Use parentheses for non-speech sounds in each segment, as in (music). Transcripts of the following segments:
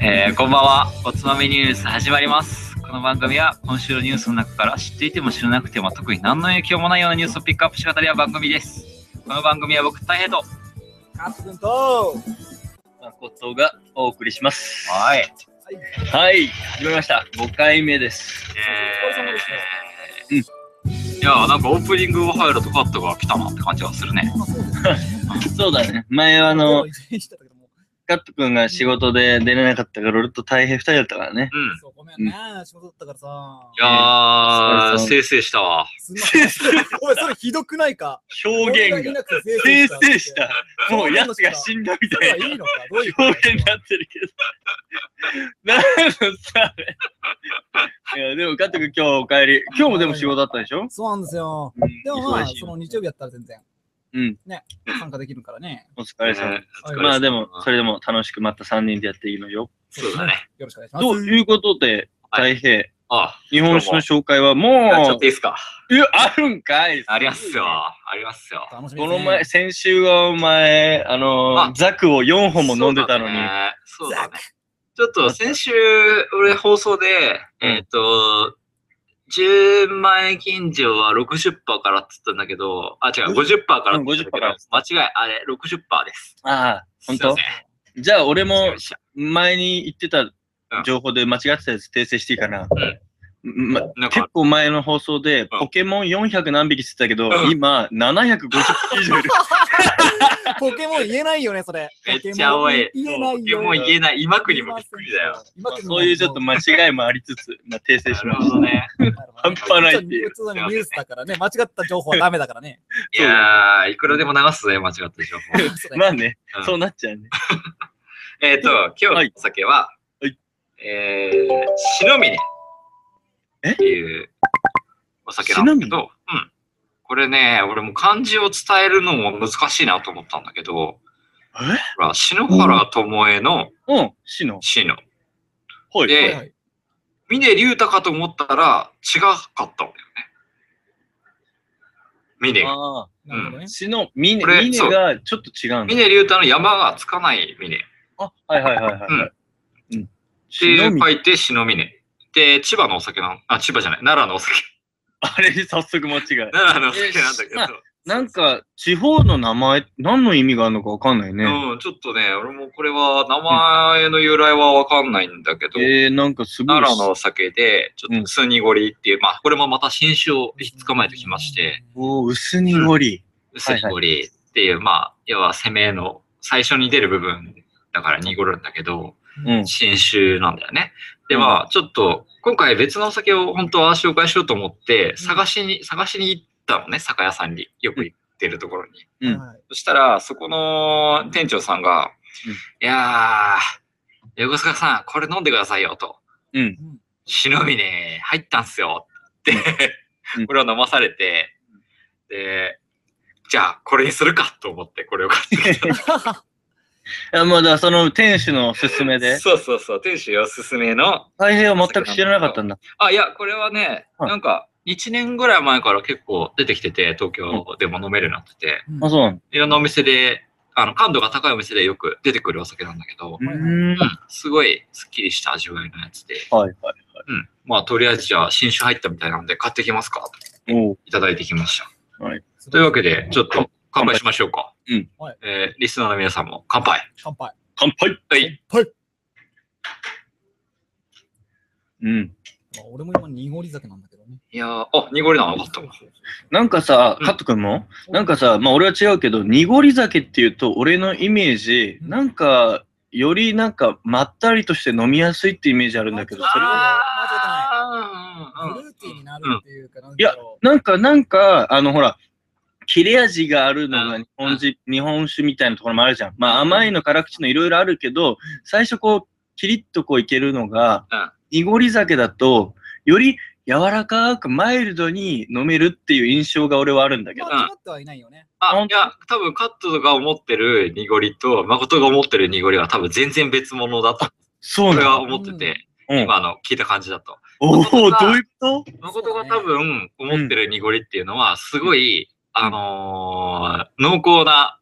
えー、こんばんは。おつまみニュース始まります。この番組は今週のニュースの中から知っていても知らなくても特に何の影響もないようなニュースをピックアップして語り合う番組です。この番組は僕、大平とカップ君と、は誠がお送りします。はい。えはい、始まりました。5回目です。ー、いやーなんかオープニング入るとカットが来たなって感じがするね。まあそうですね。 (laughs) そうだね。前はあ今の日、一日したけどもカット君が仕事で出れなかったから、俺と大平2人だったからね。うん。いそうごめんね、仕事だったからさ。やー、お疲れ様せいせいしたわ。すん (laughs) ません。おい、それひどくないか。表現俺いがなくて生成した。。もう奴が死んだみそたれはいいいなのかどういうこと表現になってるけど。なんのさ、あれいや、でもカット君今日お帰り。今日もでも仕事だったでしょそうなんですよ。うんでもまあ忙し、いその日曜日やったら全然うん、参加できるからね。お疲れ様。お疲れ様まあでも、それでも楽しくまた3人でやっていいのよ。そうだね。よろしくお願いします。ということで、は大平。あ日本酒の紹介はあ、ちょもっといいですか。う、いや、あるんかいありますよ。ありますよ。楽しみでこすねの前、、先週はお前、あのあー、ザクを4本も飲んでたのに。そうだね。そうだねちょっと先週、俺放送で、うんえっ、と、10万円近所は60%からって言ったんだけど、あ、違う、50%からって言ったんだけうん50%からど、間違い、あれ、60%です。ああ、本すいま当せんじゃあ俺失礼しもました前に言ってた情報で間違ってたやつ訂正していいかな。まなんか結構前の放送で、ポケモン400何匹って言ってたけど、うん今、750匹以上 (laughs) いる。ポケモン言えないよね、それ。めっちゃ多い。ポケモン言えないよ。もう言えない。今国もびっくりだよ。。今国もそういうちょっと間違いもありつつ、まあ、訂正なしるまほしどね。半端ないっていう普通のニュースだからね、間違った情報はダメだからね。いやー、いくらでも流すぜ、間違った情報。た。 (laughs) まあね、うんそうなっちゃうね。えっと、今日のお酒は、はいえー、しのみね。えっていうお酒なんだけど、うん。これね、俺も漢字を伝えるのも難しいなと思ったんだけど、えほら、篠原智恵のうん、シノ。しの。ほい。で、峰竜太かと思ったら違かったんだよね。峰が。あなるほどねあ、。シノ、ミネ、これミネそうがちょっと違うんだ。峰竜太の山がつかない峰。あ、はいはいはいはいはい。うん。で、忍び書いて、しのみね。で、千葉のお酒なん、あ、千葉じゃない、奈良のお酒。あれ、早速間違い。奈良のお酒なんだけどえー。なんか、地方の名前、何の意味があるのかわかんないね。うん、ちょっとね、俺もこれは、名前の由来はわかんないんだけど、えー、なんかすごい。奈良のお酒で、ちょっうんとスニゴリっていう、まあ、これもまた新種を捕まえてきまして、おー、薄濁り。スニゴリっていう、まあ、要は攻めの最初に出る部分だから濁るんだけど、うん。新種なんだよね。で、うんまあ、ちょっと、今回別のお酒を本当は紹介しようと思って、探しに、探しに行ったのね、酒屋さんに。よく行ってるところに。ううんんはいそしたら、そこの店長さんが、うんいやー、横須賀さん、これ飲んでくださいよと。うん。忍びね、入ったんすよって、うんこれを飲まされて、で、じゃあ、これにするかと思って、これを買ってきた。あまあだ、その、店主のおすすめ (laughs) で。そうそうそう、店主おすすめの、大平は全く知らなかったんだ。あ、いや、これはね、はいなんか、1年ぐらい前から結構出てきてて、東京でも飲めるようになってて、あ、そうなの。いろんなお店で、あの、感度が高いお店でよく出てくるお酒なんだけど、うはいはいーん。うんすごいすっきりした味わいのやつで、はいはうん、まあとりあえずじゃあ新酒入ったみたいなので買ってきますかとい。おーいただいてきました。すといごういわけでちょっと乾杯しましょうか。うんはいえーリスナーの皆さんも乾杯。乾杯。乾杯はい。はい。うん。まあ俺も今、濁り酒なんだけどね。いやーあ濁りなのよかったわ。なんかさ、うんカット君もなんかさ、まあ俺は違うけど、濁り酒っていうと、俺のイメージ、うんなんか、よりなんか、まったりとして飲みやすいってイメージあるんだけど、それは、あーフルーティーになるっていうか、なんだろなんか、なんか、あの、ほら、切れ味があるのうが日本酒、日本酒みたいなところもあるじゃん。まあ甘いの、辛口のいろいろあるけど、最初こう、キリッとこういけるのがうん、濁り酒だと、より柔らかくマイルドに飲めるっていう印象が俺はあるんだう。けど。まあ、違ってはいないよね。あ、本い当や、多分カットが思ってる濁りと、誠が思ってる濁りは多分全然別物だと、そう俺はなの思ってて、うん今。あの、聞いた感じだと。おおどういうこと誠が多分思ってる濁りっていうのは、すごい、あのー濃厚な、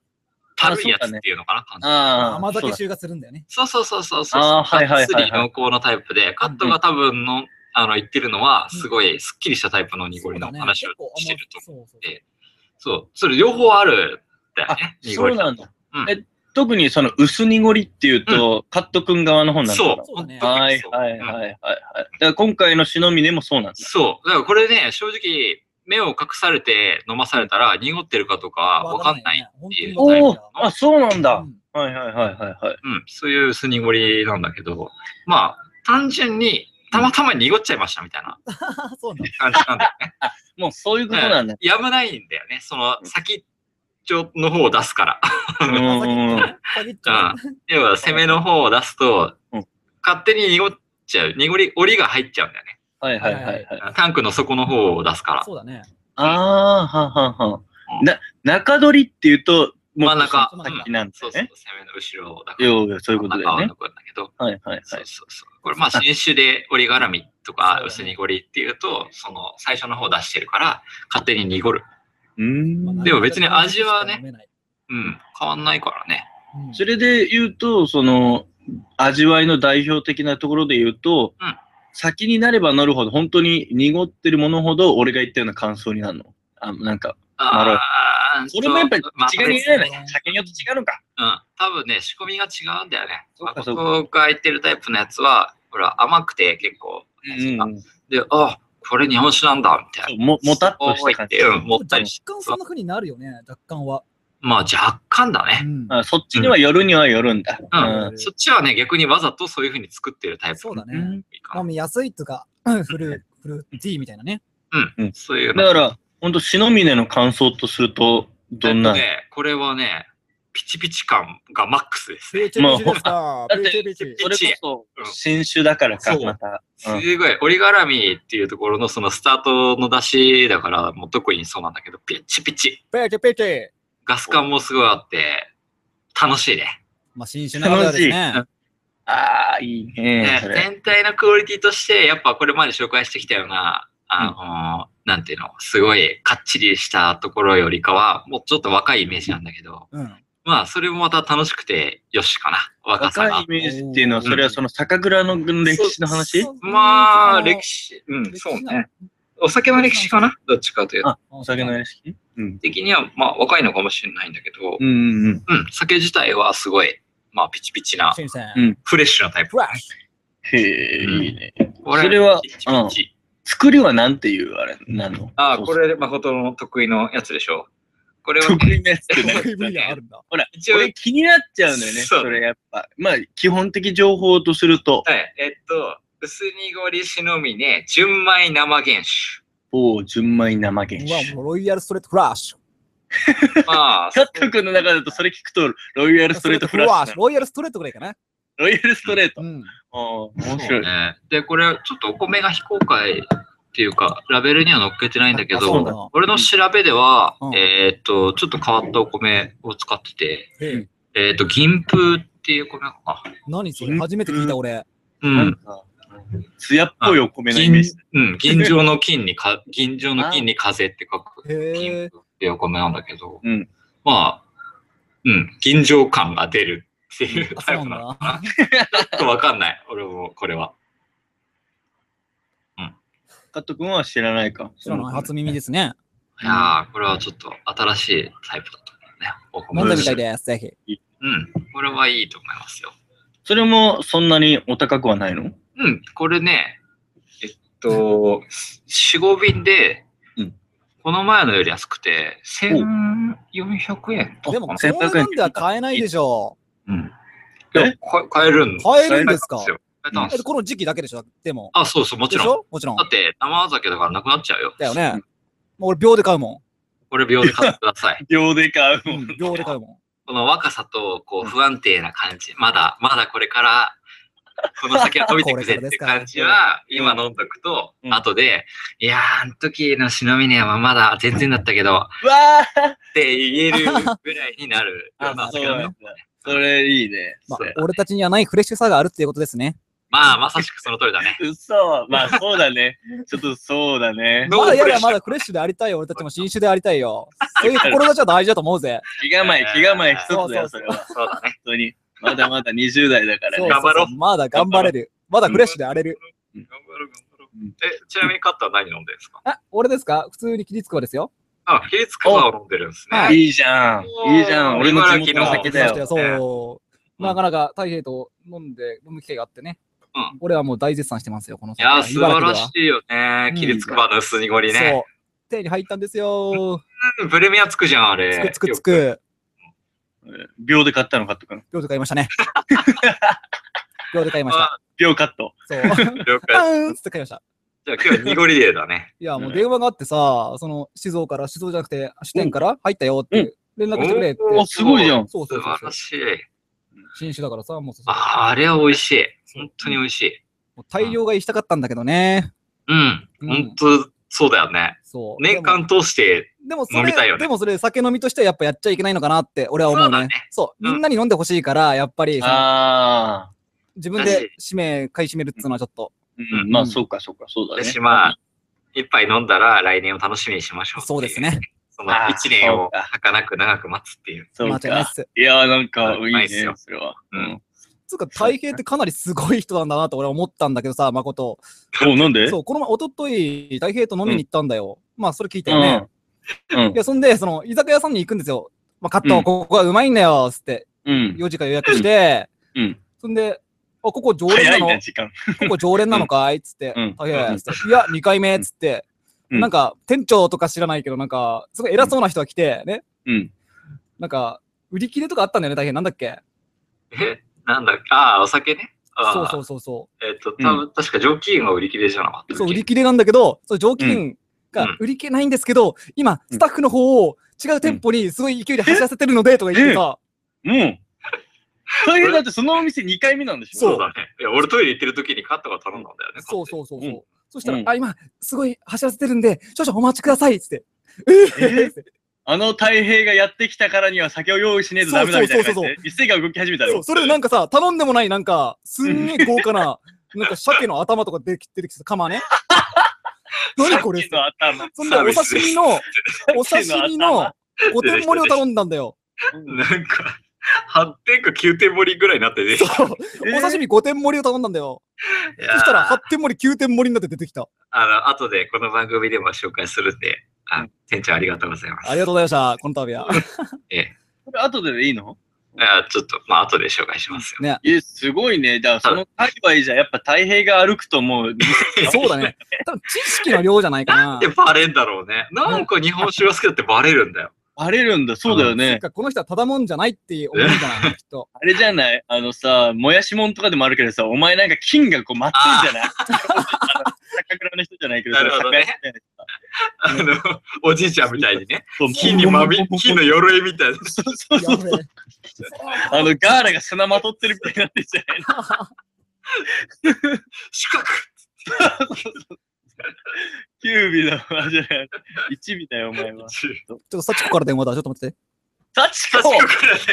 たるいやつっていうのかな、感じあ甘あ、そう酒だ臭がするんだよね。そうそうそうそうそう。あーはいはいはいはいがっつり濃厚なタイプで、カットが多分の、あの、言ってるのは、すごいスッキリしたタイプの濁りの話をしてると思う。思うでそう、それ両方あるんだよね、濁そりうの。なんだ。うんえ、特にその薄濁りっていうと、カットくん側の方なんだ。そう、そうだねはいはいはいはいい。はい。だから今回の忍びでもそうなんです。そう、だからこれね、正直、目を隠されて飲まされたら、濁ってるかとかわかんない。。本ていう当におわおかんない、あ、そうなんだう。ん (laughs) はいはいはいはいはい。うん、そういう薄濁りなんだけど、まあ、単純に、たまたま濁っちゃいましたみたいなあそうなんだ。感じなん (laughs) だよね。もうそういうことなんだ。やむないんだよね。その先っちょの方を出すから。うんうんうん。先っちょね要は攻めの方を出すと、うん勝手に濁っちゃう。濁り、檻が入っちゃうんだよね。はいはいはいはい。タンクの底の方を出すから。そうだね。ああ、はんはんは。うんな、中取りっていうと、も真ん中っと先なんですそうよそうね。攻めの後ろだから。ようようそういうことだよ真んね中。は残るんだけど。はいはいそはうい。そうそう。これまあ新種で折り絡みとそうだかね薄濁りっていうと、その最初の方を出してるから、勝手に濁る。うーん。でも別に味はね飲めない。うん。変わんないからね。うんそれで言うと、その、味わいの代表的なところで言うと、うん先になればなるほど、本当に濁ってるものほど、俺が言ったような感想になるの。あなんか、なるほどあーそれもやっぱりまあ違いないねまあ。先によって違うのか。うん、多分ね、仕込みが違うんだよね。そうかそうか僕が言ってるタイプのやつは、ほら、甘くて結構、うんうんで、あ、これ日本酒なんだ、みたそ。いうも、な。もたっとした感じ。そううん、もったりし若干そんな風になるよね、若干は。まあ、若干だうね。んあそっちには寄るには寄るんだ。うんうんそっちはね、逆にわざとそういう風に作ってるタイプ。そうだね。んまあ、安いとか、うんフル、フルーティーみたいなね。う、うんんそういうだの。から、ほんと、篠峰の感想とすると、どんな、えっとね、これはね、ピチピチ感がマックスですね。ピチピチでした。だってピチピチ。それこうんそ、新種だからか、そうまた。すごい、折り絡みっていうところのそのスタートの出しだから、もう特にそうなんだけど、ピチピチ。ピチピチ。ガス感もすごいあって、楽しいね。まあ、新種ならではですね。ああ、いいね、そね、れ。全体のクオリティとして、やっぱこれまで紹介してきたような、あのーなんていうの、すごいかっちりしたところよりかは、もうちょっと若いイメージなんだけど、うん。まあ、それもまた楽しくて、よしかな、若さ若がいイ。メージっていうのは、それはその酒蔵の歴史の話まあ、歴史、史。うん、歴史そうなね。お酒の歴史かなどっちかというと。あお酒の歴史うん。的には、まあ、若いのかもしれないんだけど、うんうんうん。うん、酒自体はすごい、まあ、ピチピチな、新鮮。うんフレッシュなタイプ。フラッシへえ、うんいいね。こそれはピチピチ。作りはなんていうあれなのああ、これ、誠の得意のやつでしょう。これは、得意なやつってュ。ねこういう分野あるんだ。一応、は俺い、気になっちゃうんだよね、そうそれやっぱ。まあ、基本的情報とすると、えっと、薄濁りしのみね、純米生原酒。おう純米生原酒う。わ、もうロイヤルストレートフラッシュ。 (laughs) まあ、カット君の中だとそれ聞くと、ロイヤルストレートフラッシュなの。ロイヤルストレートぐらいかな。ロイヤルストレート。うん。ああ、面そ白うい。ね。で、これ、ちょっとお米が非公開っていうか、ラベルには載っけてないんだけあそうなんどだ、俺の調べでは、うんえーっと、ちょっと変わったお米を使ってて、へええーっと、銀風っていう米かな。何それ初めて聞いた俺。うなんん。か、艶っぽいお米のイメ銀ージ。、うん、銀醸の金に (laughs) か、銀醸の金に風って書く。へ金え。粉っていうお米なんだけど、うんまあ、うん、吟醸感が出るっていうあ、タそイうなプんなのだ。かな。ちょっとわかんない、俺もこれは。カット君は知らないか。知らない初耳ですね。いやー、これはちょっと新しいタイプだと思うね。飲んでみたいで。です、ぜひ。うん、これはいいと思いますよ。それもそんなにお高くはないのうん、これね、えっと、4、5便で、うんこの前のより安くて、1400円とでかもか、な。そんなんでは買えないでしょうん。え。いやか買えるん買えるんですか買えたよ買えたんですう。よこの時期だけでしょ、でも。あ、そうそう、もちでしろん。ょもちろんだ。って、生酒だからなくなっちゃうよ。だよね。もう俺、秒で買うもこれ秒で買ってください (laughs) 秒で買うもん。うんん。秒で買うもん。この若さと、こう、不安定な感じ。まだ、まだこれから、この先は伸びてくぜっていう感じは、今飲んどくと、うん後で、いやー、あの時の忍びねはまだ全然だったけど、うわーって言えるぐらいになるようなあ、酒そうだなねんだ。それいいね。ま (laughs) そうやあ、俺たちにはないフレッシュさがあるっていうことですね。まあ、まさしくその通りだね。嘘。まあ、そうだね。ちょっとそう (laughs) だね。ノまだーやプレッだよ、シャまー。だフレッシュでありたいよ。俺たちも新種でありた (laughs) いよ。そういう志は大事だと思うぜ。気構え、気構え一つだよ、それは。そうだね。本当に。まだまだ20代だからそうね (laughs) 頑そう張ろそうう。まだ頑張 (laughs) れる。まだフレッシュであれる。 (laughs) 頑張ろう、頑張ろううん。え、ちなみにカッターは何飲んでるんですかあ、俺ですか普通にキリツコですよ。あ、ヒリツクバを飲んでるんですはね。いいじゃん。いいじゃん。俺の地元の酒だやよ。そう。うんなかなか太平と飲んで、飲む機会があってね。うん俺はもう大絶賛してますよ、このいやー、酒素晴ら茨しいよね。うんキリツクバの薄濁り城ではね。そう。手に入ったんですよ。うんプレミアつくじゃん、あれ。つくつくつよく。秒で買ったの買っとかな。秒で買い (laughs) ましたね。秒で買いました。秒カット。そう。く了解。パーンっつって買いました。じゃあ今日濁りデーだね。いや、もうね電話があってさ、その、静岡から、静岡じゃなくて、支店から入ったよって、連絡してくれって。おあ、ーすごいじゃ (laughs) ん。そうそ素うそう晴そうら。しい。新種だからさ、もうそうそうあーあれは美味しい。本当に美味しい。もう大量買いしたかったんだけどね。うん。うん本当そうだよね。そう。年で間通して、もでもそ飲みたいよれ、ねでもそれ、酒飲みとしてはやっぱやっちゃいけないのかなって、俺は思うそうだねね。そう。うんみんなに飲んでほしいから、やっぱり、そのああ。自分だしで使命買い占めるっつうのはちょっと、うん、まあ、そうか、そうか、そうだね。私まあ、一杯飲んだら来年を楽しみにしましょうっていそうです。ね。そのあー一年をそうか儚く長く待つっていう。そ間違ういないっか。す。いやー、なんか、ういいまいねっすよ、それは。ううんん。つうか、体平ってかなりすごい人なんだなと俺は思ったんだけどさ、誠。お、なんでそう、この前、おととい、太平と飲みに行ったんだよ。まあ、それ聞いたうよん。ね。うんい。や、そんで、その、居酒屋さんに行くんですよ。まあ、カッうト、んここはうまいんだよ、つって、うん。 4時から予約して、うん。そんで、あ、ここ常連早ないのな、時間。ここ常連なのかいっつって、うんあいやいや、つっていや、2回目っつって、うんなんか、店長とか知らないけど、なんか、すごい偉そうな人が来て、ね、うん。なんか、売り切れとかあったんだよね、大変。なんだっけえ、なんだっけああ、お酒ね。あーそうそうそうそえっ、と、多分、確か上機嫌が売り切れじゃなかったう。っけそう、売り切れなんだけど、そう上機う嫌うがん売り切れないんですけど、今、スタッフの方を違う店舗にすごい勢いで走らせてるので、とか言ってさ、もう。大変だって、そのお店2回目なんでしょそうだね。いや、俺トイレ行ってる時にカットが頼んだんだよね。そうそうそうそう。うんそしたら、うんあ、今、すごい走らせてるんで、少々お待ちくださいっつって。えーっつってあの太平がやってきたからには酒を用意しねえとダメだみたいな感じで。一斉が動き始めたそよう、。それでなんかさ、頼んでもない、なんか、すんげえ豪華な、なんか鮭の頭とか出てきてるけど、釜ね。何これさっきの頭。そんで、おサービスで刺す身の、お刺身のさ5点盛りを頼んだんだよ。なんか、8点か9点盛りぐらいになってね。そう。お刺身。身5点盛りを頼んだんだよ。いそやーしたら、8点盛り、9点盛りになって出てきた。あの、後でこの番組でも紹介するんで、あ店長ありがとうございます。ありがとうございました、この度は。ええこれ後ででいいのあちょっと、まあ、後で紹介しますよ。ね、え、すごいね。だからその界隈じゃやっぱ太平が歩くともう、そ (laughs) うだね。多分知識の量じゃないかなで、。バレんだろうね。なんか日本酒が好きだってバレるんだよ。バレるんだ。そうだよそっね。かこの人はただもんじゃないって思うんじゃないきっと。あれじゃないあのさ、もやしもんとかでもあるけどさ、お前なんか金がこう待ってるじゃないあの酒蔵の人じゃないけどさ、なるほどね酒屋みたいあの、おじいちゃんみたいにね、な金にまみ、金の鎧みたいな。そうそやうそうそうべえ。あの、ガーラが砂まとってるみたいになってるじゃない四角9尾だ、あじゃない。1尾だよ、お前は。ちょっと幸子から電話だ。ちょっと待ってて。タチ確コかからね、ち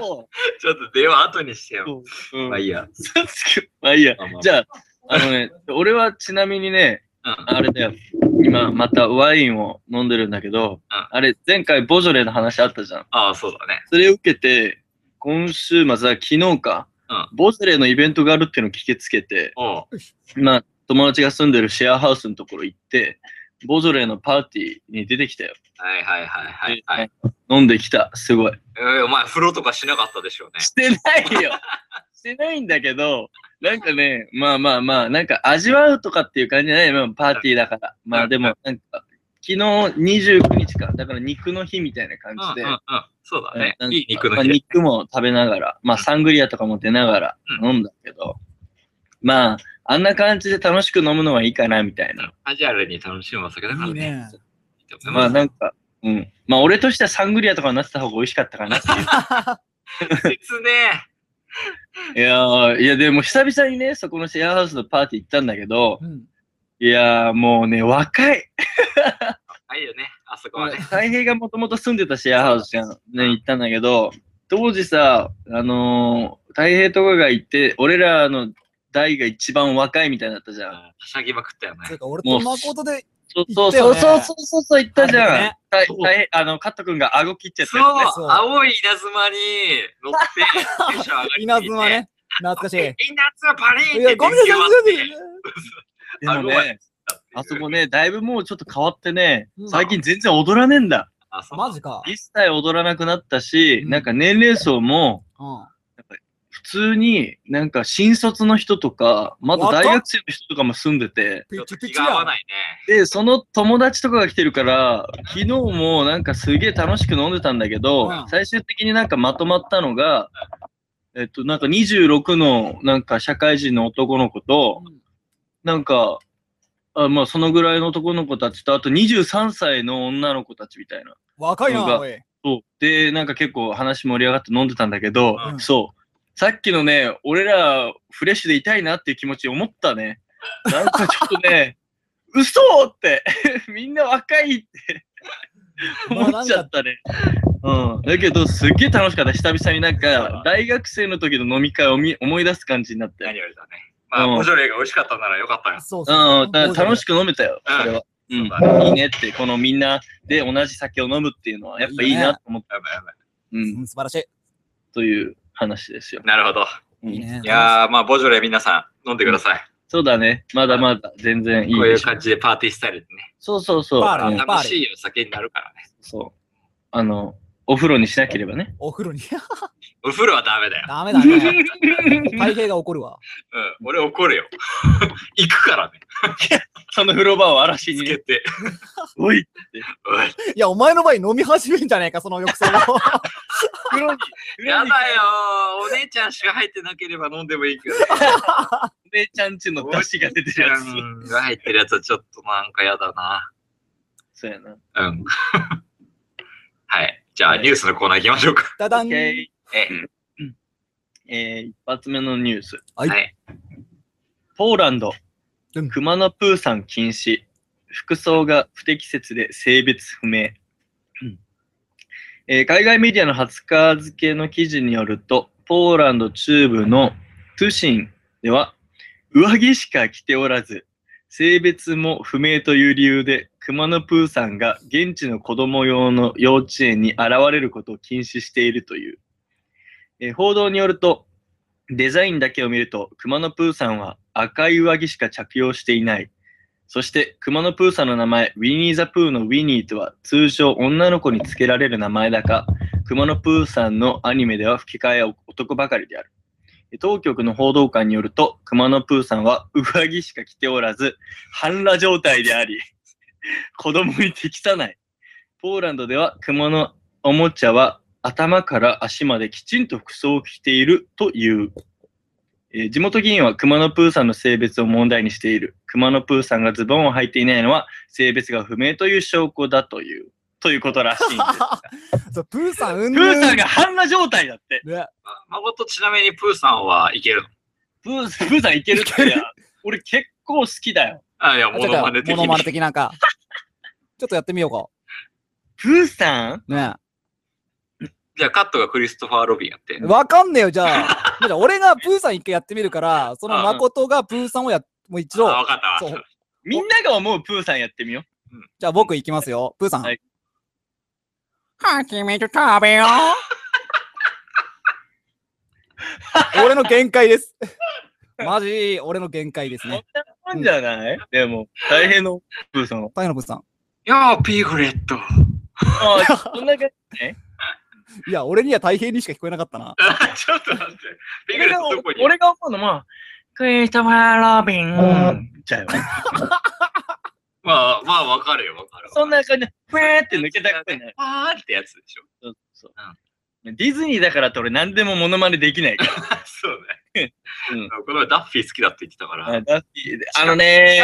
ょっと電話後にしてよ。うんまあいいや。タチコまあいいや。じゃゃあ、あのね、俺はちなみにね、あ、あれだよ。今、またワインを飲んでるんだけど、あれ、前回ボジョレーの話あったじゃん。ああ、そうだね。それを受けて、今週末は昨日か、うボジョレーのイベントがあるっていうのを聞きつけて、おうまあ、友達が住んでるシェアハウスのところ行って、ボジョレーのパーティーに出てきたよ。はいはいはいはいはい。飲んできた。すごい。えーお前、風呂とかしなかったでしょうね。してない (laughs) よしてないんだけど、なんかね、まあまあまあ、なんか味わうとかっていう感じじゃないまあパーティーだから。まあでも、なんか、昨日29日か。だから肉の日みたいな感うんじうでんう。ん。そうだねな。んかいい肉まのあ日だ。肉も食べながら、まあサングリアとかも出ながらう飲んだけど、まあ、あんな感じで楽しく飲むのはいいかな、みたいな。カジュアルに楽しむお酒だからいいね。ね。いいと思いままあすなんか、うん。まあ俺としてはサングリアとかになってた方が美味しかったかなって (laughs) いう。切ねいやー、いやでも久々にね、そこのシェアハウスのパーティー行ったんだけど、うん。いやーもうね、若い。え。いいよね、あそこはね。太平がもともと住んでたシェアハウスじゃん、ね、行ったんだけど、当時さ、あのー、太平とかが行って、俺らの代が一番若いみたいになったじゃん。はしゃぎまくったよていね。うか、俺と誠で、そうそう言そったようそねうそうそう言ったじゃん。ね大そう大変あの、カット君が顎切っちゃったそやつね。そうう、青い稲妻に乗って、テンション上がりすぎて (laughs) 稲妻。ね。懐かしい。 (laughs) 稲妻パリーンっていや、ごめんなさい、ごめんなさい。でも顎が切ね、あそこね、だいぶもうちょっと変わってねう、ん最近全然踊らねえんだ。あ、そうマジか。一切踊らなくなったし、うんなんか年齢層も、うん。普通になんか新卒の人とか、まだ大学生の人とかも住んでて、ピちょっチとピ気チやが合わん。ないね。で、その友達とかが来てるから、昨日もなんかすげえ楽しく飲んでたんだけどうん、最終的になんかまとまったのが、えっと、なんか26のなんか社会人の男の子と、なんか、あまあそのぐらいの男の子たちと、あと23歳の女の子たちみたいな。若いなんな、かおい。そう。で、なんか結構話盛り上がって飲んでたんだけど、うんそう。さっきのね、俺らフレッシュでいたいなっていう気持ち思ったね。なんかちょっとね、嘘って、 (laughs) みんな若いってまあ思っちゃったね。うん、だけど、すっげえ楽しかった。久々になんか、大学生の時の飲み会をみ思い出す感じになって。何よりだね。まあ、うんボジョレーが美味しかったならよかったよ。そうそう。うん、だから楽しく。く飲めたよ、それは。ううんん、いいねって、このみんなで同じ酒を飲むっていうのは、やっぱいいなと思っやばいやばい。た。う、うんん素晴らしい。という話ですよ。なるほど。うんねいやー、まあ、ボジョレー皆さん飲んでください。そうだね。まだまだ全然いいこういでうしょ。感じでパーティースタイルでね。そうそうそう。パーラーうんね楽しいお酒になるからね。そう。あの、お風呂にしなければね。お風呂に。お風呂はダメだよ。ダメだね。大平が怒るわ。うん、俺怒るよ。 (laughs) 行くからね。 (laughs) その風呂場を嵐つにけて。おいおいいや、お前の場合飲み始めんじゃねえか、その浴槽を。風呂にやだよー。お姉ちゃんしか入ってなければ飲んでもいいけど。お姉ちゃんちの出汁が出てるやつ。つ。が入ってるやつはちょっとなんかやだな。そうやな。うん。 (laughs) はい。じゃあ、ニュースのコーナー行きましょうか。ダダオッン。ケーええー、一発目のニュース。はいはい。ポーランドうん、熊野プーさん禁止。服装が不適切で性別不明。うんえー海外メディアの20日付の記事によると、ポーランド中部のトゥシンでは、上着しか着ておらず、性別も不明という理由で、熊野プーさんが現地の子供用の幼稚園に現れることを禁止しているという。えー報道によると、デザインだけを見ると、熊野プーさんは赤い上着しか着用していない。そして、熊野プーさんの名前、ウィニー・ザ・プーのウィニーとは、通常女の子に付けられる名前だが、熊野プーさんのアニメでは吹き替えは男ばかりである。当局の報道官によると、熊野プーさんは上着しか着ておらず、半裸状態であり、 (laughs) 子供に適さない。ポーランドでは熊のおもちゃは頭から足まできちんと服装を着ているという。えー地元議員は熊野プーさんの性別を問題にしている。熊野プーさんがズボンを履いていないのは性別が不明という証拠だという、ということらしいんです。 (laughs) そうプーさん、うんプーさんが半裸状態だって。ね誠ちなみにプーさんはいけるのプープーさんいけるっていける。俺結構好きだよ。あ、いや、モちょっノとマネ的モノマネに。的なんか。ちょっとやってみようプーさんか。じゃあ、カットがクリストファー・ロビンやってね。わかんねえよ、じゃあ。じゃあ俺がプーさん一回やってみるから、その誠がプーさんをやっ、もう一度あ、。わかったそうわ。みんなが思うプーさんやってみよう。じゃあ僕行きますよ。プーさん。はいはちみつ食べよう。 (laughs) 俺の限界です。マジ、俺の限界ですね。なんじゃない、でも、大変のプーさんは。大変のプーさん。よー、ピーグレ (laughs) ット。ああ、そんな感じね。いや、俺には大変にしか聞こえなかったな。あちょっと待って。ピーグレットどこに (laughs) 俺が思うのは、クリストファー・ロビン。じゃよ。まあ、まあ、わかるよ、わかる。そんな感じで、ふえーって抜けたくない。 (laughs) あーってやつでしょ。 (laughs) そうそうディズニーだからって俺何でもモノマネできない (laughs) から。そううねん。この前ダッフィー好きだって言ってたから。あだってあ近のい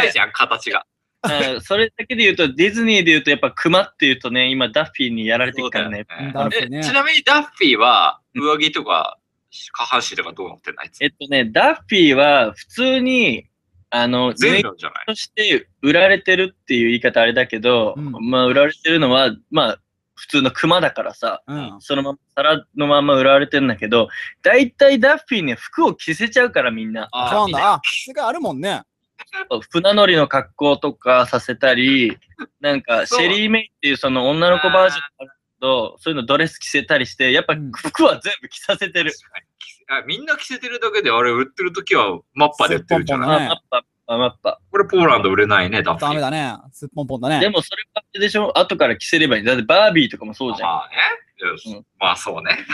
ねじゃん、形が。うんそれだけで言うと、ディズニーで言うと、やっぱクマっていうとね、今ダッフィーにやられてるからね。そうだよダッフィーねえちなみにダッフィーは、上着とか、下半身とかどうなってんのあいつえ。っとね、ダッフィーは普通に、あの、全裸じゃない。として売られてるっていう言い方あれだけど、うんまあ売られてるのは、まあ普通の熊だからさ、うん。そのまま、皿のまま売られてんだけど、だいたいダッフィーには服を着せちゃうからみんな。あそうなんだ。あ、それがあるもんね。船乗りの格好とかさせたり、なんか、シそうェリー・メイっていうその女の子バージョンあるけど、そういうのドレス着せたりして、やっぱうん服は全部着させてる。確かにあみんな着せてるだけで、あれ売ってる時はマッパで売ってるじゃうない。んあマッパ、マッパ。これポーランド売れないね、ダッフィダメー。だね。すっぽんぽんだでね。もそれはあれでしょ後から着せればいい。だってバービーとかもそうじゃん。まあね。よしうまあそうね。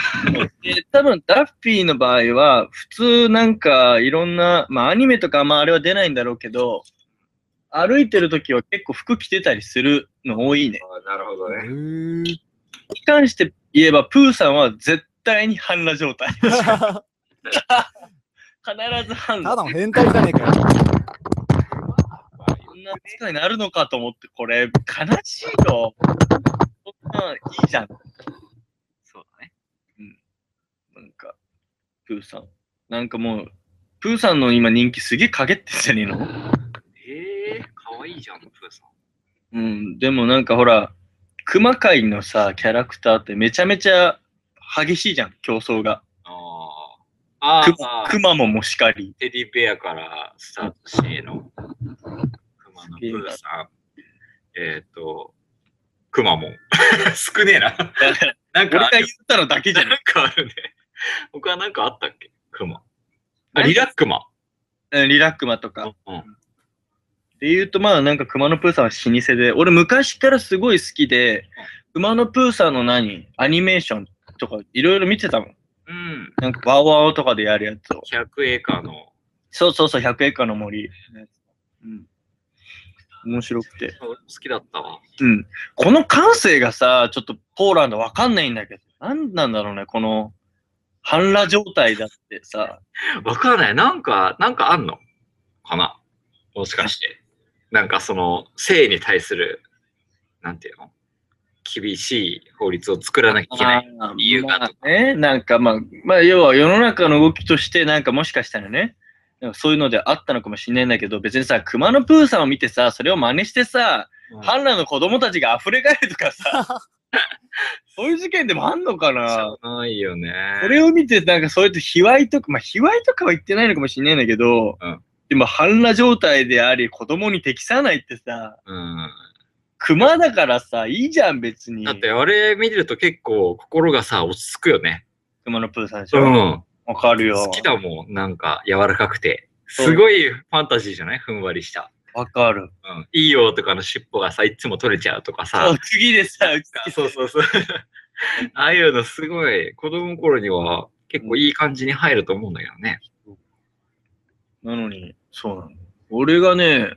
で多分ダッフィーの場合は普通なんかいろんな、まあ、アニメとかあんまあれは出ないんだろうけど歩いてる時は結構服着てたりするの多いね。あなるほどうね。ーに関して言えばプーさんは絶対に半裸状態。必 (laughs) たず半だの裸。変態じゃねえかよ。 (laughs) こんな扱いになるのかと思ってこれ悲しいよ。そんなんいいじゃん。そうだね。なんかプーさん。なんかもうプーさんの今人気すげえ陰ってんじゃねえのええー、かわいいじゃん、プーさん。うん、でもなんかほら、熊界のさ、キャラクターってめちゃめちゃ激しいじゃん、競争が。ああくーあー、熊ももしかり。ーテディベアからスタートしての、熊のプーさん、えっ、と、熊も。 (laughs) 少ねえな。だからなんか俺があ言る、ったのだけじゃ (laughs) なんない。かあるね。他なんかあったっけ熊。なあ、んかリラックマ。うんリラックマとうか。んうん。で言うとまあなんか熊野プーさんは老舗で、俺昔からすごい好きで、熊野プーさんの何アニメーションとかいろいろ見てたもん。うん。なんかワオワオとかでやるやつを。 100エーカーの。そうそうそう、100エカの森。うん。面白くて。俺も好きだったわ。うん。この感性がさ、ちょっとポーランドわかんないんだけど、なんなんだろうね、この半裸状態だってさ、わかんない。なんか、なんかあんのかなもしかして。なんかその、性に対する、なんていうの厳しい法律を作らなきゃいけない。あー理由がまあね、なんかまあ、まあ、要は世の中の動きとして、なんかもしかしたらね、なんかそういうのであったのかもしれないんだけど、別にさ、熊野プーさんを見てさ、それを真似してさ、うん半裸の子供たちが溢れ返るとかさ、 (laughs) そういう事件でもあんのかしなょうがないよね。それを見て、なんかそうやって卑猥とか、まあ卑猥とかは言ってないのかもしれないんだけど、うんでも半裸状態であり、子供に適さないってさ、うん。熊だからさ、いいじゃん別に。だって、あれ見てると結構心がさ、落ち着くよね。熊のプーさんでしうょわ、ん。かるよ。好きだもん。なんか、柔らかくて。そうすごいファンタジーじゃないふんわりした。わかる。うん。いいよとかの尻尾がさ、いつも取れちゃうとかさ。そう (laughs) 次でさ、うちそうそう (laughs) そう。ああいうのすごい、子供の頃には結構いい感じに入ると思うんだけどね。なのに、そうなの。俺がね、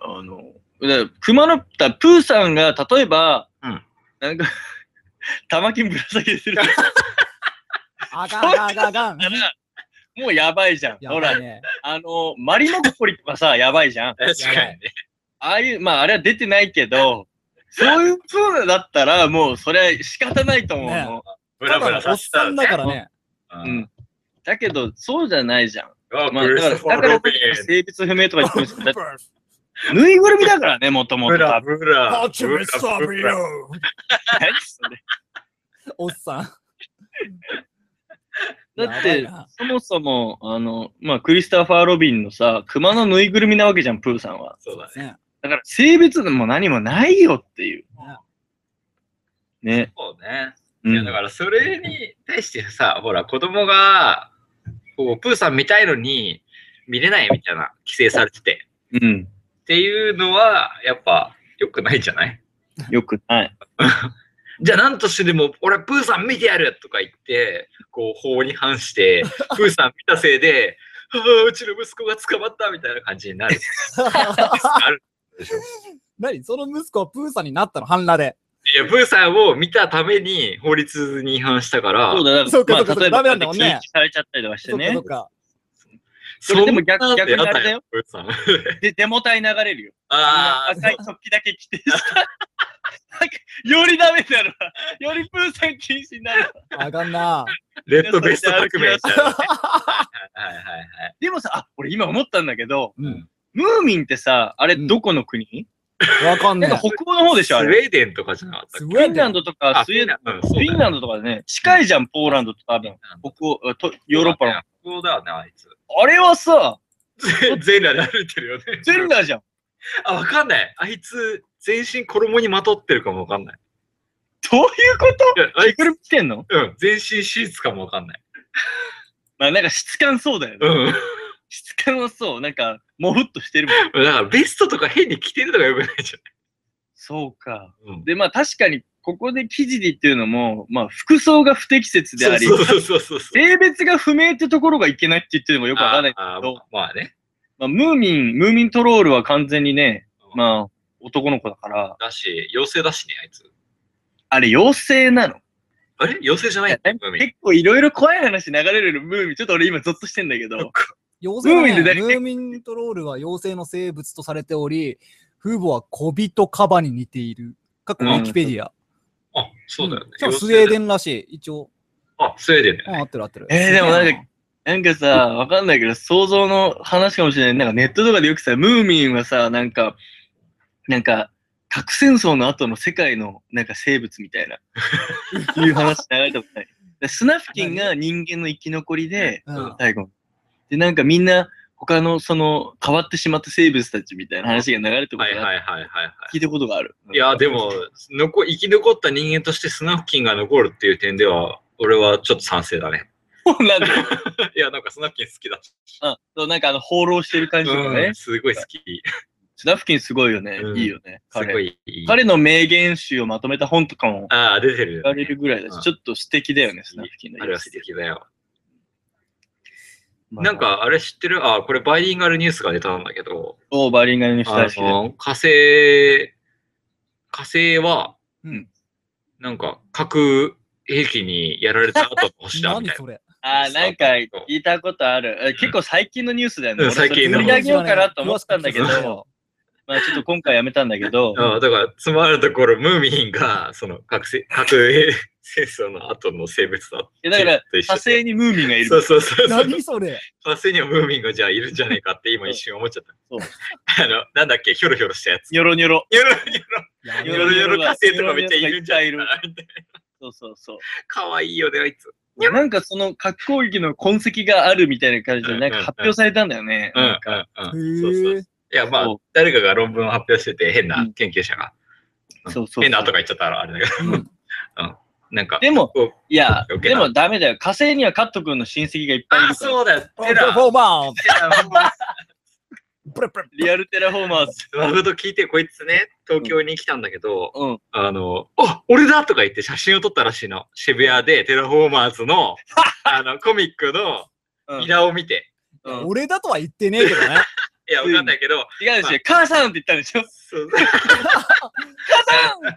あの、だから熊の、だプーさんが、例えば、うんなんか、 (laughs) 玉金ぶら下げてるかあかんあかんあかんあかん。ら、もうやばいじゃん。やほばらい、ね。あの、マリモッコリとかさ、やばいじゃん。確かにねああいう、まああれは出てないけど、そういう風だったら、もうそれは仕方ないと思うの。ねブたラブだラのおさっせたさらんねだからね。ううんん。だけど、そうじゃないじゃん。あ、ブまあ、ルーだス・から、だロからビン。性別不明とか言ってましたけどだってぬいぐるみだからね、もともブと。ラブラ。ハチミツサビラ。ロ何それおっさん。だってやばいな、そもそも、あの、まあ、クリスタファー・ロビンのさ、熊のぬいぐるみなわけじゃん、プーさんは。そうだね。ねだから、性別も何もないよっていう。ね。そうね。ういや、だからそれに対してさ、ほら、子供が、こう、プーさん見たいのに、見れないみたいな、規制されてて。うん。っていうのは、やっぱ、良くないじゃないよくない。じゃあ何としてでも俺プーさん見てやるとか言ってこう法に反して (laughs) プーさん見たせいでああうちの息子が捕まったみたいな感じになるあるでしょ何その息子はプーさんになったの半裸で。いやプーさんを見たために法律に違反したからそうだ、だそうかまあそうか例えばダメなんだもんね禁止されちゃったりとかしてねそっ。かそそれでも逆んなの逆にあれだよやだよプーさんで、デモ隊流れるよ。あ赤い突起だけ着てさ。 (laughs) なんかよりダメだろ。よりプーさん禁止になるわ。そっか。あかんな。あレッドベスト革命じゃんはい (laughs) はいでもさ、あ、俺今思ったんだけど、うん。ムーミンってさ、あれどこの国、わかんななんかい。北欧の方でしょ、あスウれ。ェーデンとかじゃなかったっけすフごィいンランドとかあ、スウェーデン、フィンランドフィンランドとかでね、近いじゃん、ポーランドと多分。北欧、あとヨーロッパの。北欧だよね、あいつ。 (laughs) あれはさ、全裸で歩いてるよね。全裸じゃん。あ、わかんない。あいつ、全身衣にまとってるかもわかんない。どういうこといやあい着ぐるみ着てんのうん、全身シーツかもわかんない。まあなんか質感そうだよね。うん。質感はそう、なんか、もふっとしてるもん。だからベストとか変に着てるのがよくないじそうか。ゃん。うん。で、まあ確かに、ここで記事で言ってるのも、まあ服装が不適切であり、そうそうそうそうそう。性別が不明ってところがいけないって言ってるのもよくわかんない。あーあーどまあね。まあ、ムーミン、ムーミントロールは完全にね、まあ男の子だから、だし、妖精だしね、あいつ。あれ妖精なのあれ妖精じゃないえの海結構いろいろ怖い話流れるムーミン、ちょっと俺今ゾッとしてんだ (laughs) けど、妖精ムーミンでだだねけムーミントロールは妖精の生物とされており、風母は小人カバに似ている。過去ウうんィキペディア。あ、そうだよね。んスウェーデン。ンらしい。一応。あ、スウェーデンだうよん、ね。合ってる合ってる。えーでもなんかすげえなんかさ、わかんないけど、想像の話かもしれない。なんかネットとかでよくさ、ムーミンはさ、なんか、なんか、核戦争の後の世界のなんか生物みた (laughs) いな、いう話流れたことない。でスナフキンが人間の生き残りで、なうん最後。で、なんかみんな、他のその変わってしまった生物たちみたいな話が流れてことはいはいがはいはいはい。聞いたことがある。いや、でも、残生き残った人間としてスナフキンが残るっていう点では、俺はちょっと賛成だね。そう (laughs) なんだ。いや、なんかスナフキン好きだし。うんそう、なんかあの、放浪してる感じとかうねん、。すごい好き。スナフキンすごいよね。うんいいよね。す彼ごいいい。彼の名言集をまとめた本とかもああ、出てる言。われるぐらいだし、うんちょっと素敵だよね、素敵スナフキンのあれは素敵だよ。まあなん、か、あれ知ってるあ、これバイリンガルニュースが出たんだけど、オーバーリンガルの人あたちで。の、火星、火星は、うんなんか、核兵器にやられた後の星だみ何たいそれあー、なんか聞そういたことある。え結構最近のニュースだよね。うん俺それ最近の取り上げようかなと思ったんだけ詳しく聞いてど、よまあちょっと今回やめたんだけど、な。あだから、つまるところ、ムーミンが、その、核せ (laughs) 核戦争の後の生物だっいてやだからと一緒で火星にムーミンがいそうる。そうそうそう。何それ火星にはムーミンがじゃあいるんじゃないかって今一瞬思っちゃ (laughs) った。あの、なんだっけ、ひょろひょろしたやつ。ニョロニョロ。ひょろひょろやニべョロニョロ火星とかめっちゃいるんじゃないかな (laughs) そうそうそう。かわいいよね、あいつ。なんかその核攻撃の痕跡があるみたいな感じで、なんか発表されたんだよね。うん、うなんかん、うん。そうそうへえ。いや、まあそう、誰かが論文を発表してて、変うなん研究者が。うんそうそう。変なとか言っちゃったらあれだけど。 (laughs) うんなんか、でも、こういや、余計でなもダメだよ。火星にはカット君の親戚がいっぱいいあ、るから。そうだよ、フテラー。ォーマーンテラーもうプレプレリアルテラフォーマーズ。まこと聞いて、こいつね、東京に来たんだけど、うん。あの、あ俺だとか言って写真を撮ったらしいの。渋谷でテラフォーマーズ (laughs) の、あの、コミックのうんイラを見て。うん俺だとは言ってねえけどね。いや、わかんないけど、違うでしょ、母さんって言ったんでしょそう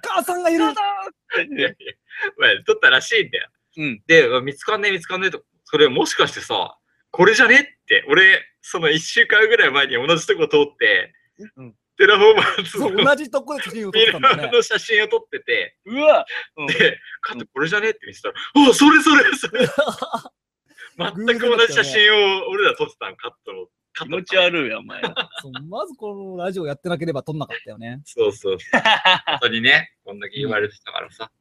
母さんがいる母さいやいやまあ撮ったらしいんだよ。うんで、まあ見つかんねえ見つかんねえと、それもしかしてさ、これじゃねって、俺、その1週間ぐらい前に同じとこ通って、うんテラフォーマーズそのう、同じとこで写真を撮っミラてたんだーね。の写真を撮ってて、んうわ、うんで、カットこれじゃねって見せたら、おそれそれそ (laughs) れ全く同じ写真を俺ら撮ってたん、カットの。カッ気トの持ち悪いよ、お (laughs) 前は。そうまずこのラジオやってなければ撮んなかったよね。そうそう。本当にね、こんだけ言われてたからさ。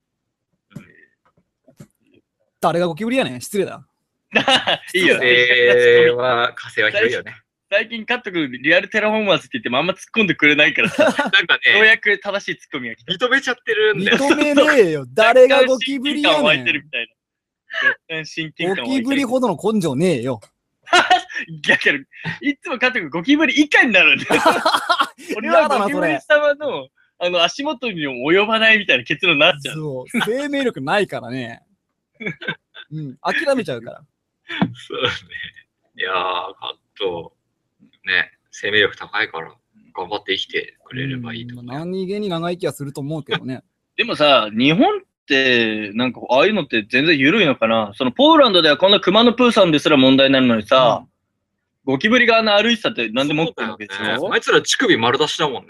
誰がゴキブリやねん失礼だ。いいよ、火星は、火星は広いよね。最近カット君、リアルテラフォーマーズって言ってもあんま突っ込んでくれないからさ、よなんかうね、やく正しいツッコミが来た。認めちゃってるんだよ。認めねえよ。誰がゴキブリや若干親近感湧いねてるん。みたいな。若干親近ゴ感湧いてキる。ブリほどの根性ねえよ。だから、いつもカット君、ゴキブリ以下になるんだよ。 (laughs) 俺はやだなゴキブリ様のあの足元にも及ばないみたいな結論になっちゃう。そう、生命力ないからね。うん、諦めちゃうから。 (laughs) そうね。いやー、カット、ね、生命力高いから、頑張って生きてくれればいいとう思んう。まあ何気に長生きはすると思うけどね。でもさ、日本って、なんか、ああいうのって全然緩いのかなその、ポーランドではこんな熊のプーさんですら問題になるのにさ、ゴキブリがあの歩いてたって何でも OK なわけでしそうだよょねあいつら乳首丸出しだもんね。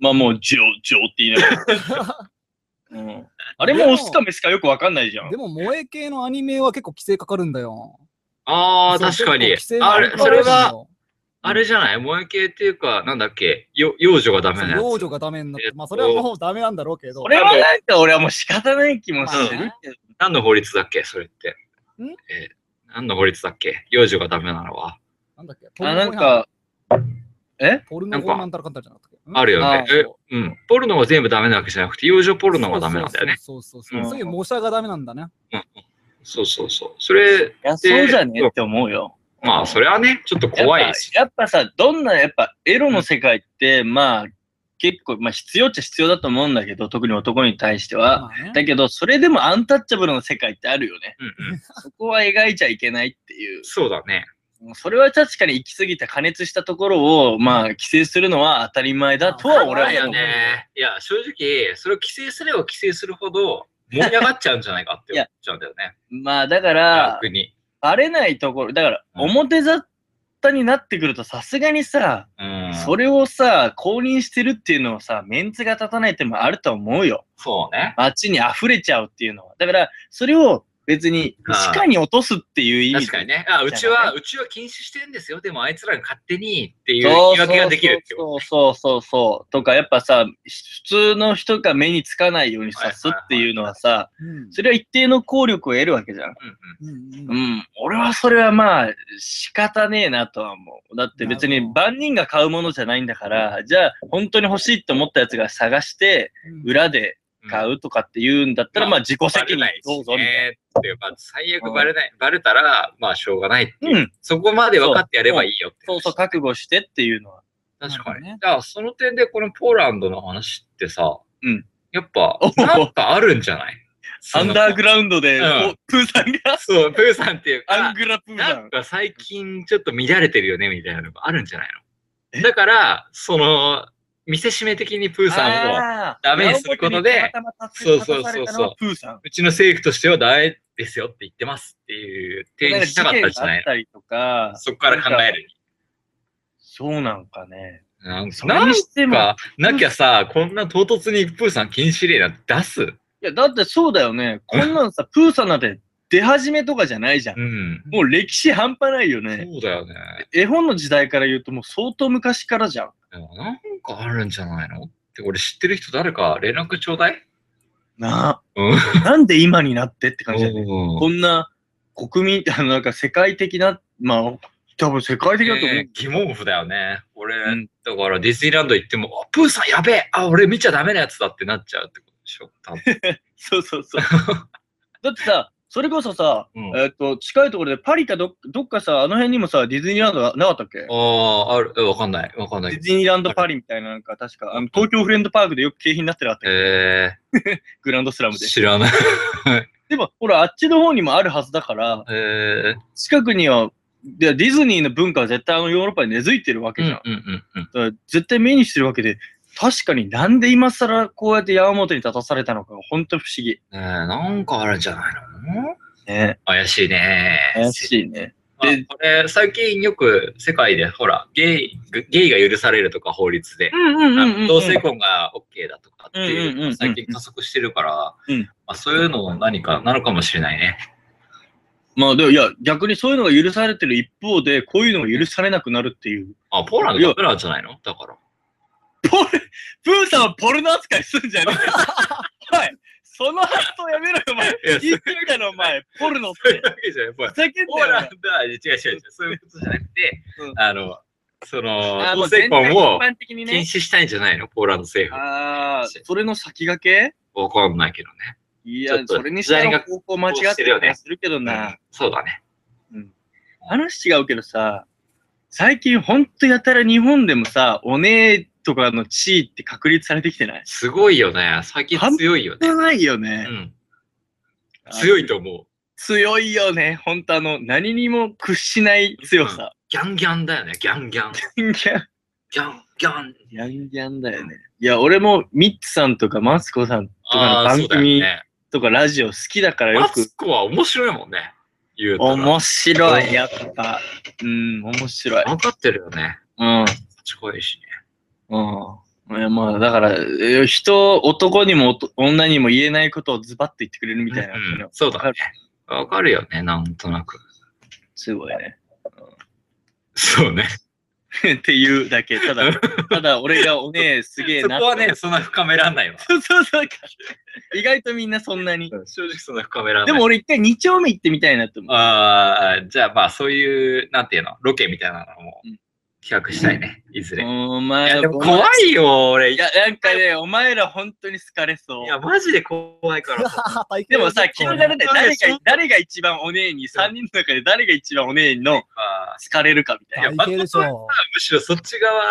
まあもう、ジョー、ジョーって言いながら。 (laughs) うん、あれもオスかメスかよくわかんないじゃんで。も、萌え系のアニメは結構規制かかるんだよ。あー、そ確うかに結構規制。あれ、それかかは、るんあれじゃない萌え系っていうか、なんだっけよ幼女がダメなやつ。幼女がダメになって、まあそれはもうダメなんだろうけどこ、れはなんか俺はもう仕方ない気もするけど。何の法律だっけそれって。んえー何の法律だっけ幼女がダメなのは。なんだっけ、あ、なんか、ポルノ法なんたらかんたらじゃなくて。あるよね。うんえ、うん。ポルノが全部ダメなわけじゃなくて、幼女ポポルノがダメなんだよね。。そうそうそううそう。んそういう模写がダメなんだね。そうそうそう。それ、いや、そうじゃねえって思うよ。まあ、それはね、ちょっと怖いし。やっぱやっぱさ、どんな、やっぱエロの世界って、まあ、結構、まあ必要っちゃ必要だと思うんだけど、特に男に対しては。まあねだけど、それでもアンタッチャブルの世界ってあるよね。うんうん、そこは描いちゃいけないっていう。そうだね。それは確かに行き過ぎた加熱したところを、まあ、規制するのは当たり前だとは俺は怖い思よう。ね。いや、正直、それを規制すれば規制するほど、盛り上がっちゃうんじゃないかって思っちゃうんだよ (laughs) ね。まあ、だから、逆に。バレないところ、だから、うん表沙汰になってくると、さすがにさ、うん。それをさ、公認してるっていうのをさ、メンツが立たないってのもあると思うよ。そうね。街に溢れちゃうっていうのは。だから、それを別に、あー地下に落とすっていう意味確でかにね。あ、うちじゃは、あうちは禁止してんですよ。でも、あいつらが勝手にっていうそ言うい訳ができるってこと。そうそうそうそう。とか、やっぱさ、普通の人が目につかないようにさすっていうのはさ、うんそれは一定の効力を得るわけじゃん。うんうんうんううんん。俺はそれはまあ、仕方ねえなとは思う。だって別なるにほど万人が買うものじゃないんだから、じゃあ本当に欲しいって思ったやつが探して、裏でうん買うとかって言うんだったら、うんまあ自己バ責レ任ないしどうぞみたいな。ねっていうまあ最悪バレない、バレたら、まあ、しょうがないっていう。うんそこまで分かってやればいいよって。そうそう、覚悟してっていうのは。確かに。なるほどねだから、その点で、このポーランドの話ってさ、うんやっぱお、なんかあるんじゃないアンダーグララウンドで、うんおプーさんが、そう、プーさんっていうアかン、グラプーさなんん。か最近ちょっと乱れてるよね、みたいなのがあるんじゃないのだから、その、見せしめ的にプーさんを、あーダメにすることで、たまたま立そうたそうそうそう立たされたのはプーさん。うちの政府としてはダメですよって言ってますっていう提示したかったんじゃないなんか事件があったりとかの、そこから考えるに。そうなんかね。なんかそれにしてもなんかなきゃさ、こんな唐突にプーさん禁止令なんて出すいや、だってそうだよね。こんなんさ、 (laughs) プーさんなんて出始めとかじゃないじゃんう。ん。もう歴史半端ないよね。そうだよね。絵本の時代から言うともう相当昔からじゃん。でもなんかあるんじゃないのって俺知ってる人誰か連絡ちょうだいなうんあ。なんで今になってって感じだよね。うんこんな国民、あの、なんか世界的な、まあ、多分世界的だと思う。えー疑問符だよね。俺、うんだからディズニーランド行っても、あ、プーさんやべえあ、俺見ちゃダメなやつだってなっちゃうってことでしょ多分。そうそうそう。だってさ、それこそさ、うんえっ、と、近いところでパリかどっどっかさ、あの辺にもさ、ディズニーランドなかったっけああ、ある、えわかんない。わかんなデいィ。ズニーランドパリみたいな、なんか確か、あの東京フレンドパークでよく景品になってなかったっけえグランドスラー、ムで。知らない。でも、ほら、あっちの方にもあるはずだから、えー、近くには、でディズニーの文化は絶対あのヨーロッパに根付いてるわうけんうじんゃん。だうんうん。から絶対目にしてるわけで、確かになんで今更こうやって山本に立たされたのか、ほんと不思議。ねえ、なんかあるんじゃないのね怪しいね。怪しいね。まあこれ、最近よく世界で、ほら、ゲイ、ゲイが許されるとか法律で、うんうんあの同性婚が OK だとかっていううんうんうんうのんが最近加速してるから、うんまあ、そういうのも何かなのかもしれないね。まあでもいや逆にそういうのが許されてる一方でこういうのが許されなくなるっていう。あ、ポーランドダメなんじゃないのだから。ポルプーさんはポルノ扱いすんじゃね (laughs) えはいその発想やめろよお前いや言ってみたのお前ポルノっそういうてわけじゃない。ポーラふざけんンポーラなンよドは違う違う違う。そういうことじゃなくて、うんあの、そおの前、同性婚をあーもう全体一般的に禁ね止したいんじゃないのポーランド政府。あーそれの先駆けわかんないけどね。いちょやっとそれにした時代らが方向間違ってる気がするけどうなんそうだね。話違うけどさ最近ほんとやたら日本でもさお姉とかの地位って確立されてきてないすごいよね。最近強いよね。ないよね、うん。強いと思う。強いよね。ほんとあの、何にも屈しない強さ。ギャンギャンだよね。ギャンギャン。ギャンギャン。ギャンギャン。ギャンギャンだよね。いや、俺もミッツさんとかマツコさんとかのああー、そ番うだよ組ね。とかラジオ好きだからよマくツ。コは面白いもんね。言うたら。面白い、やっぱ。うん、面白い。分かってるよね。うん。賢いしね。うん。いやまあ、だから、えー人、男にもおと女にも言えないことをズバッと言ってくれるみたいな。うんそうだね。わかるよね、なんとなく。すごいね。そうね。 (laughs) っていうだけ。た (laughs) だ、ただ俺がおねえすげえそなってこはね、そんな深めらんないわ。そうそうそう。意外とみんなそんなに。正直そんな深めらんなでい。も、俺一回二丁目行ってみたいなって思う。あーじゃあまあそういう、なんていうの、ロケみたいなのもうん企画したいね、いずれ。いお前や、でもお前怖いよ、俺。いいや、や、なんかね、お前ら本当に好かれそう。マジで怖いから。でもさ、気になるね。そう誰そうが、誰が一番お姉に、3人の中で誰が一番お姉のあ好かれるかみたいな。や体型でしょ。むしろそっち側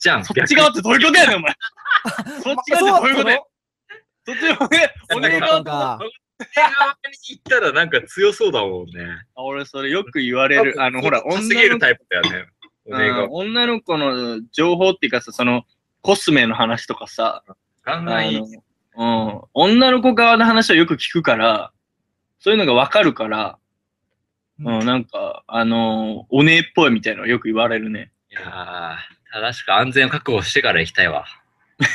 じゃん。そっち側ってどういうことやねん、お前。そっち側ってどういうことやそっち側ね、おそうだ姉った側のか。逆側に行ったらなんか強そうだもんね。あ俺、それよく言われる。あの、ほら、女女すぎるの子タイプだよね。俺うがん。女の子の情報っていうかさ、その、コスメの話とかさ、ガンガあンいい。のうん、女の子側の話はよく聞くから、そういうのがわかるから、うん、なんか、あのお姉っぽいみたいなのよく言われるね。いやー正しく安全を確保してから行きたいわ。い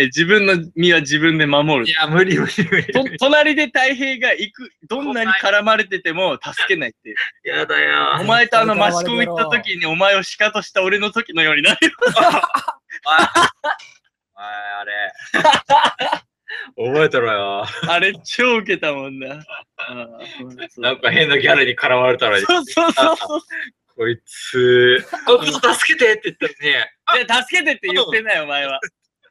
や、自分の身は自分で守いる。や、無理無理無理と。隣で太平が行く、どんなに絡まれてても助けな (laughs) いって。やだよお前とあの、マシコミ行った時にお前をシカとした俺の時のようにな (laughs) るよ。お前あれ。 (laughs) 覚えてろよ。あれ、超ウケたもんな。あーそうなんか変なギャルに絡まれたら、そうそうそうそう。こいつ、こいつ助けてって言ったのに、 (laughs) いや、助けてって言ってない、お前は。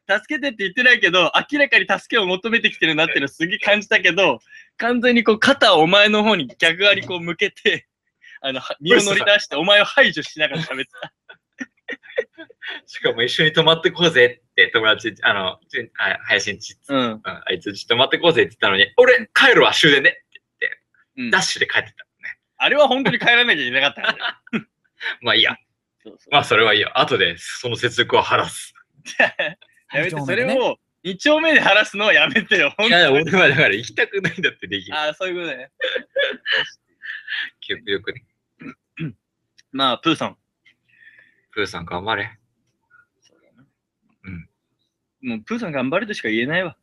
助けてって言ってないけど、明らかに助けを求めてきてるなっていうのすげえ感じたけど、完全にこう、肩をお前の方に逆側にこう向けて、 (laughs) あの、は身を乗り出して、お前を排除しながら喋ってた。しかも一緒に泊まってこうぜって友達、あの、じゅんあ林んち、うん。うんあいつんち泊まってこうぜって言ったのに、俺帰るわ終電でってう言んって、ダッシュで帰ってったのあれは本当に帰らなきゃいけなかったからね。ね。まあいいや、そうそう。まあそれはいいよ。後でその接続を晴らす。やめて、二丁そ目ねれを2丁目で晴らすのはやめてよ。い本当やいにや、俺はだから行きたくないんだってできる。ああ、そういうことね。結局ね、まあ、プーさん。プーさん頑張れ。もう、プーさん頑張れとしか言えないわ。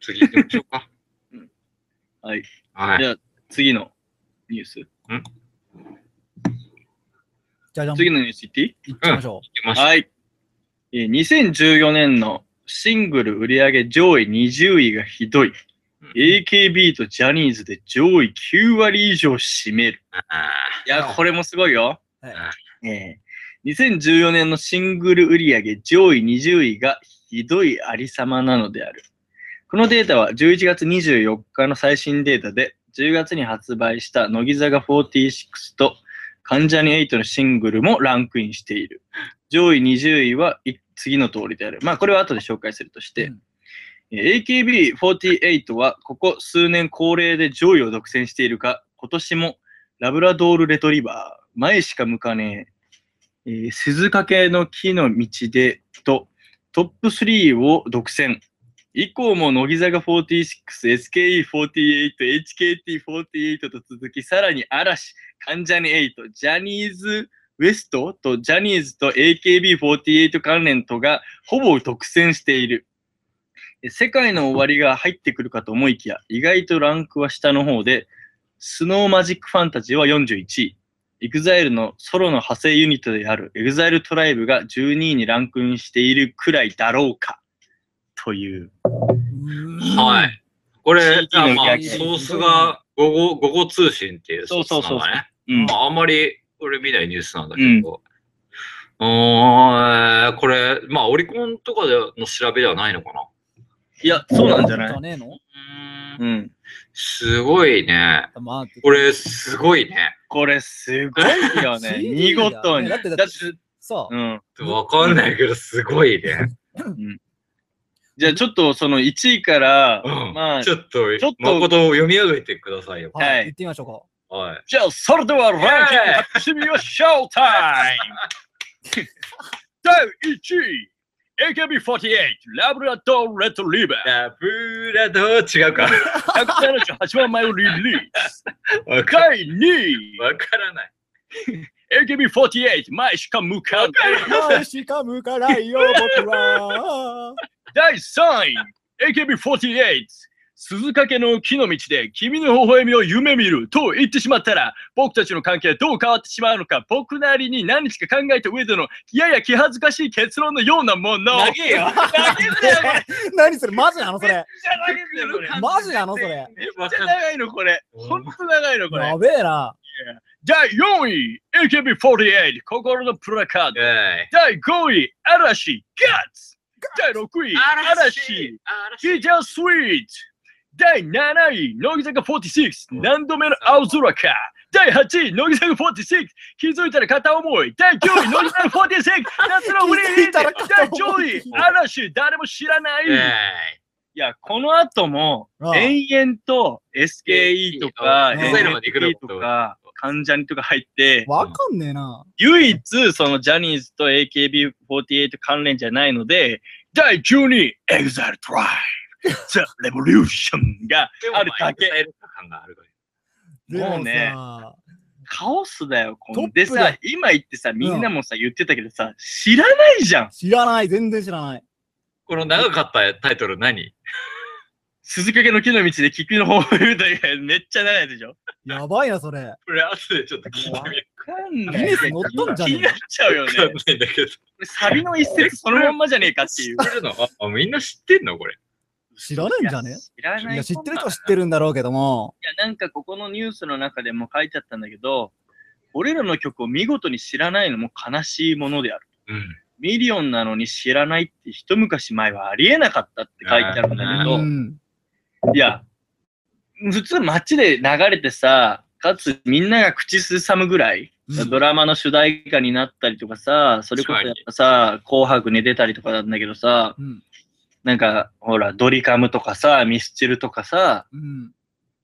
次行きましょうかうん。 (laughs) はい。はじい。ゃあ、次のニュース。じゃじゃん、次のニュースいっていい行っちゃいましょ行きましょう。はい。えー2014年のシングル売上上位20位がひどい。AKB とジャニーズで上位9割以上占める。あいや、これもすごいよ。はいえー2014年のシングル売上上位20位がひどいありさまなのである。このデータは11月24日の最新データで、10月に発売した乃木坂46と関ジャニ8のシングルもランクインしている。上位20位はい次の通りである。まあ、これは後で紹介するとして、うんえー AKB48 はここ数年恒例で上位を独占しているが、今年もラブラドールレトリバー、前しか向かねえ、えー鈴懸の木の道でとトップ3を独占。以降も乃木坂46、SKE48、HKT48 と続き、さらに嵐、関ジャニ8、ジャニーズウエストとジャニーズと AKB48 関連とがほぼ独占している。え世界の終わりが入ってくるかと思いきや、意外とランクは下の方で、スノーマジックファンタジーは41位。EXILE のソロの派生ユニットである EXILE トライブが12位にランクインしているくらいだろうか。という。う。。はいい。これ、 CD のあまあ、焼きソースが午後午後通信っていうソースなんだね。そうそうそううんま。あ、あんまり俺見ないニュースなんだけど。うーん、これ、まあ、オリコンとかでの調べではないのかな。いや、そうなんじゃないねえのうーんうん。すごいね。まあ、これ、すごいね。これ (laughs) すごいよね。 CD 見事に。だだっっててだっ、てさう、ん。わかんないけど、すごいね。じゃあちょっとその1位から、うんまあ、ちょっとちょっ、と誠を読み上げてくださいよ。はいはい行ってみましょうはい。じゃあそれではランキングイェーイ発表しましょうタイム第1位 AKB48 ラブラドーレトリバーラブラドー違うか。 178万枚をリリースわか第2位わからない。 AKB48 前しか向かないか。前しか向かないよ、僕は。第3位 AKB48 鈴懸の木の道で君の微笑みを夢見ると言ってしまったら、僕たちの関係はどう変わってしまうのか、僕なりに何日か考えた上での、やや気恥ずかしい結論のようなもの。長えよ。投げるなよ、これ。 (laughs) 何それマジなのそれ投げるなよこれマジなのそれえ、めわっちかゃんない。長いの、これ。ほんと長いの、これや。べえな第4位、AKB48、心のプラカード。え第5位、嵐、ガッツ。第6位、い嵐。嵐。 DJ Sweet 第7位、乃木坂46、何度目の青空か。第8位、乃木坂46、気づいたら片思い。第9位、乃木坂46、夏 (laughs) のフリ気づーいたら片第思い10位、嵐、誰も知らない。えいや、この後も、ああ延々と SKE とか、うん NMB 抑えるまで行くのとか、関ジャニとか入って、わかんねえな唯一、そのジャニーズと AKB48 関連じゃないので、第12位、EXILE TRIBE The Revolution がでもまあるだけ。抑える感があるからでももうねさカオスだよ、こトッの。プだでよさ、今言ってさ、みんなもさ、言ってたけどさ、知らないじゃん。知らない全然知らないこの長かったタイトル何鈴懸の木の道で聞きの方を言うとめっちゃ長いでしょ。わやばいなそれこれ後でちょっと聞いてみようかんギなネい。ス乗っとんじゃ気ねになっちゃうよわねか。んないんだけど。サビの一節そのまんまじゃねえかっていう。知ってるのああみんな知ってんのこれ。知らないんじゃねいや知らえないい。や知ってる人は知ってるんだろうけどもいや、なんかここのニュースの中でも書いてあったんだけど、俺らの曲を見事に知らないのも悲しいものである。うん。ミリオンなのに知らないって一昔前はありえなかったって書いてあるんだけうど、んいや、普通街で流れてさ、かつみんなが口ずさむぐらい、うんドラマの主題歌になったりとかさ、それこそやっぱさ、紅白に出たりとかなんだけどさ、うんなんかほら、ドリカムとかさ、ミスチルとかさ、うん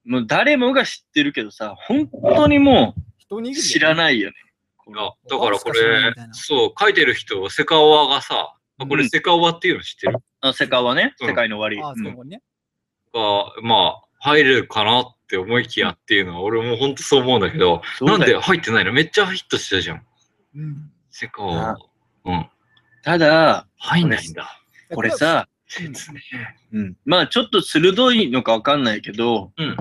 もう誰もが知ってるけどさ、本当にも人にう知らいないよね。あだからこおばあしか知らないれみたい、なそう、書いてる人、セカオワがさ、あこうれんセカオワっていうの知ってるあ世界はね、うん世界の終あわそり。うんこにねが、まあ、入るかなって思いきやっていうのは、俺も本当そう思うんだけど、なんで入ってないのめっちゃヒットしてたじゃん。うんセカオワあ。うん。ただ、入んないんだ。これさ、切ねうんまあちょっと鋭いのかわかんないけど、うん。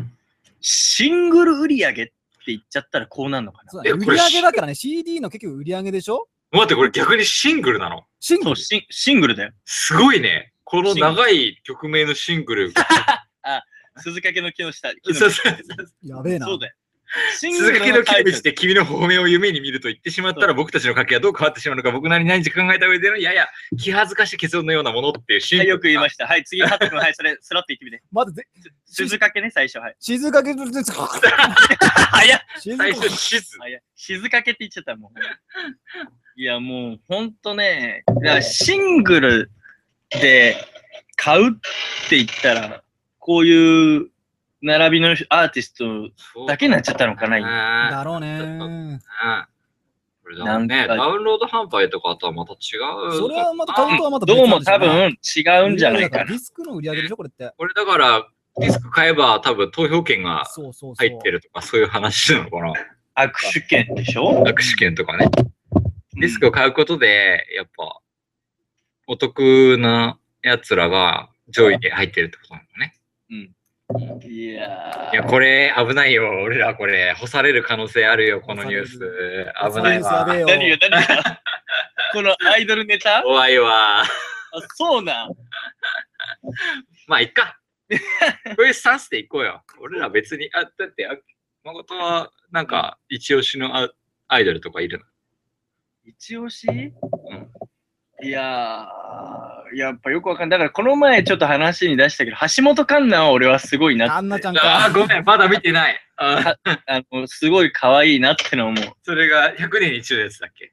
シングル売り上げって言っちゃったらこうなるのかな。そうだねえ売こりれ上げだからね CD の結局売り上げでしょ待って、これ逆にシングルなのシングそルうシン、シングルだよ。すごいね。この長い曲名のシングル。鈴懸の木の下。木のそうそう下そうやべえなそうだよ。シング鈴木ルののタ切りイトル口で君の方面を夢に見ると言ってしまったら僕たちの関係はどう変わってしまうのか僕なりに何日か考えた上でのやや気恥ずかしい結論のようなものっていうシーン、はいよく言いましした。はい、次、ハット君、はい、それ、スラッと言 (laughs) ってみて。まずぜ鈴懸ね、最初、はい。静か (laughs) けずずた。早っ静か最初シズ。あいや、静かけって言っちゃったもん。いや、もう、ほんとね、だからシングルで買うって言ったら、こういう並びのアーティストだけになっちゃったのかな、今なだろうねこれだもんなね。んかダウンロード販売とかとはまた違う。それはまたカウントはまた別どなうんもでしょ多ね分違うんじゃないかデな。ィスクの売り上げでしょこれってこれだからディスク買えば多分投票権がそうそうそう入ってるとかそういう話なのかな。握手券でしょ握手券とかね。ディスクを買うことで、やっぱ、お得なやつらが上位に入ってるってことなのね。うんいやいや、ー、これ危ないよ。俺らこれ、干される可能性あるよ、このニュース。危ないやべわ。えよ何が何が (laughs) このアイドルネタあ怖いわ。そうなん。まあ、いっか。こういうスタンスでいこうよ。俺ら別に、あ、だって、あ誠は、なんか、一押しのアアイドルとかいるの一押し、いやー、やっぱよくわかんない。だからこの前ちょっと話に出したけど、橋本環奈は俺はすごいなって。あんなちゃんああ、かごめん、まだ見てない。あーあの、すごい可愛いなってのは思う。それが100年に一度のやつだっけ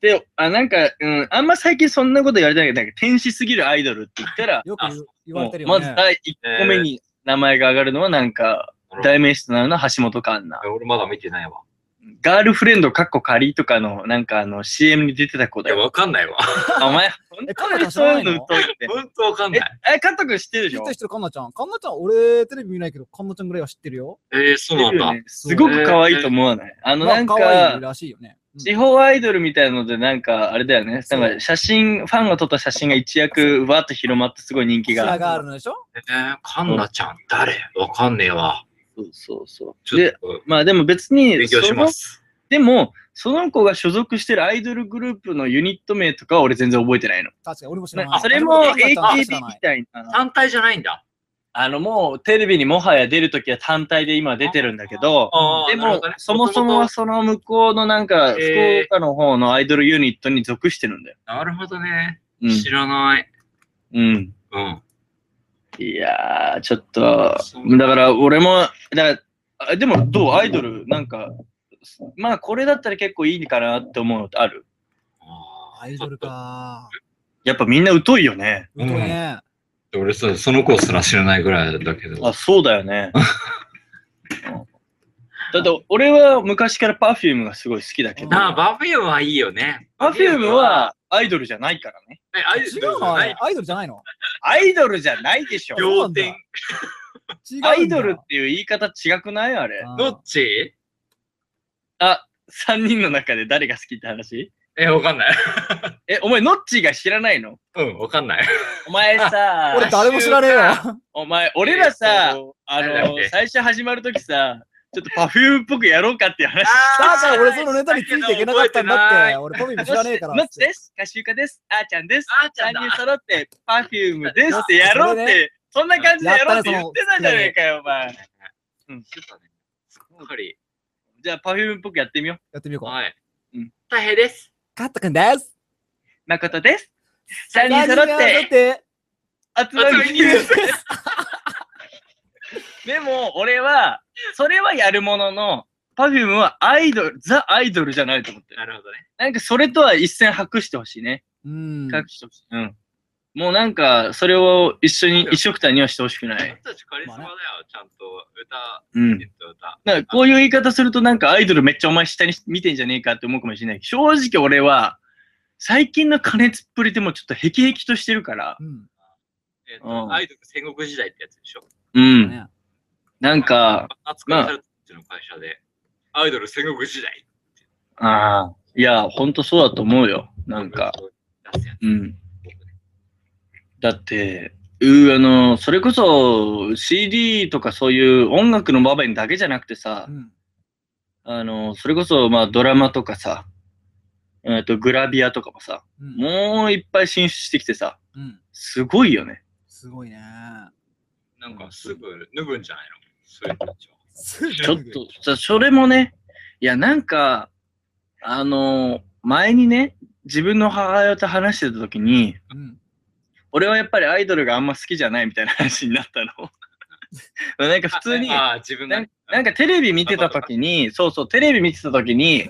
で、あ、なんか、うん、あんま最近そんなこと言われてないけど、なんか天使すぎるアイドルって言ったら、よく言う言われてるもようまずね第1個目に名前が上がるのはなんか、代名詞となるのは橋本環奈。俺まだ見てないわ。ガールフレンドかっこ仮とかの、なんかあの、CM に出てた子いだや、よ。わかんないわ。あお前、本え当にそういうカンナちゃん知らないのの疎いって。本当わかんない。え、加藤君知ってるで知しっょてる知ってるカンナちゃんカンナちゃん俺テレビ見ないけどカンナちゃんぐらいは知ってるよえー、そうなんだ。すごく可愛いと思わないあの、まなあん可愛いか、らしいよね地方アイドルみたいなので、なんか、あれだよね。なんか、写真、ファンが撮った写真が一躍、わーっと広まって、すごい人気が。があるのでしょえー、カンナちゃん誰わかんねえわ。そうそうそちう。ょっで、とまあでも別に、勉強します。でも、その子が所属してるアイドルグループのユニット名とかは俺全然覚えてないの。確かに、俺も知らなあい。それもあ俺も AKB み知らないたいな。単体じゃないんだ。あの、もうテレビにもはや出るときは単体で今出てるんだけど、あーでなるもほどね、そもそもはその向こうのなんか、えー福岡の方のアイドルユニットに属してるんだよ。なるほどね。うん。知らない。うん、うん。いやー、ちょっとそう、だから俺も、だからあでもどうアイドル、なんか、まあこれだったら結構いいかなって思うのってあるアイドルか。やっぱみんな疎いよね。うんとね。俺そう、その子すら知らないぐらいだけど。あ、そうだよね。 (laughs) だって俺は昔から Perfume がすごい好きだけど、なあ、バフュームはいいよね。 Perfume、はアイドルじゃないからね。えアイ違ドうルじのゃあなれい。アイドルじゃないのアイドルじゃないでしょ。そうな仰んだ天。違うんだアイドルっていう言い方違くないあれ。あーどっちあ、3人の中で誰が好きって話え、わかんない。 (laughs) え、お前、ノッチーが知らないのうん、わかんない。お前 (laughs) 俺さ、誰も知らねえよ。お前、俺らさ、、あの誰だっけ最初始まるときさ、ちょっとパフュームっぽくやろうかっていう話。だから俺そのネタについていけなかったんだって。。俺ポビも知らねえから。ノッチです、カシュカです、あーちゃんです、あーちゃんだ。3人揃って、パフュームですってやろうそっれて、そんな感じでやろうってや言っったねてたじゃねえかよ、お前。うん、ちょっとね。すっかり。じゃあ、パフュームっぽくやってみよう。やってみようか。はい。うん大変です。カットくんです。誠です。3人揃って、て。集まりにです。 (laughs) でも、俺は、それはやるものの、パフュームはアイドル、ザ・アイドルじゃないと思ってる。なるほどね。なんかそれとは一線博してほしいね。うん。隠してほしい。うん。もうなんか、それを一緒に、一緒くたにはしてほしくない。僕たちカリスマだよ、ちゃんと歌、うんえ。っと歌。なんかこういう言い方するとなんかアイドルめっちゃお前下に見てんじゃねえかって思うかもしれないけど、正直俺は、最近の加熱っぷりでもちょっとヘキヘキとしてるから、うん。えっうと、んアイドル戦国時代ってやつでしょ。うん。ねなんか、扱いされたうちの会社で、アイドル戦国時代。ああ、いや、ほんとそうだと思うよ。なんか、、出すやつ。うん。だって、うーあの、それこそ CD とかそういう音楽の場面だけじゃなくてさう、ん。あの、それこそまあドラマとかさ、えっと、グラビアとかもさ、うん。もういっぱい進出してきてさ、うん。すごいよね。すごいね。なんかすぐ脱ぐんじゃないのそういう人たちはちょっと、そそれもね、いや、なんか、あの、前にね、自分の母親と話してた時に、うん。俺はやっぱりアイドルがあんま好きじゃないみたいな話になったの。 (laughs) なんか普通に、ああ、自分がね。なんかテレビ見てた時に、そうそう、テレビ見てた時に、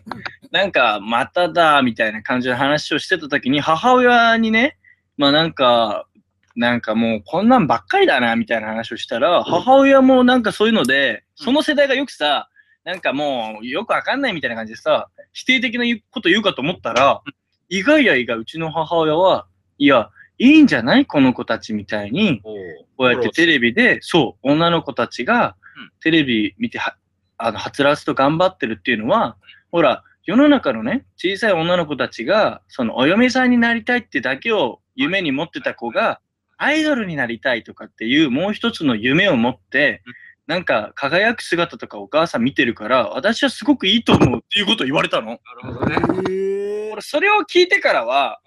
なんか、まただ、みたいな感じの話をしてた時に、母親にね、まあなんか、なんかもうこんなんばっかりだな、みたいな話をしたら、母親もなんかそういうので、その世代がよくさ、なんかもうよくわかんないみたいな感じでさ、否定的な言うこと言うかと思ったら、意外や意外、うちの母親は、いや、いいんじゃないこの子たちみたいに、おうこうやってテレビで、そう、女の子たちがうんテレビ見ては、あの、はつらつと頑張ってるっていうのは、ほら、世の中のね、小さい女の子たちが、その、お嫁さんになりたいってだけを夢に持ってた子が、アイドルになりたいとかっていう、もう一つの夢を持ってうん、なんか、輝く姿とかお母さん見てるから、私はすごくいいと思うっていうことを言われたの。なるほどね。へえ俺、。それを聞いてからは、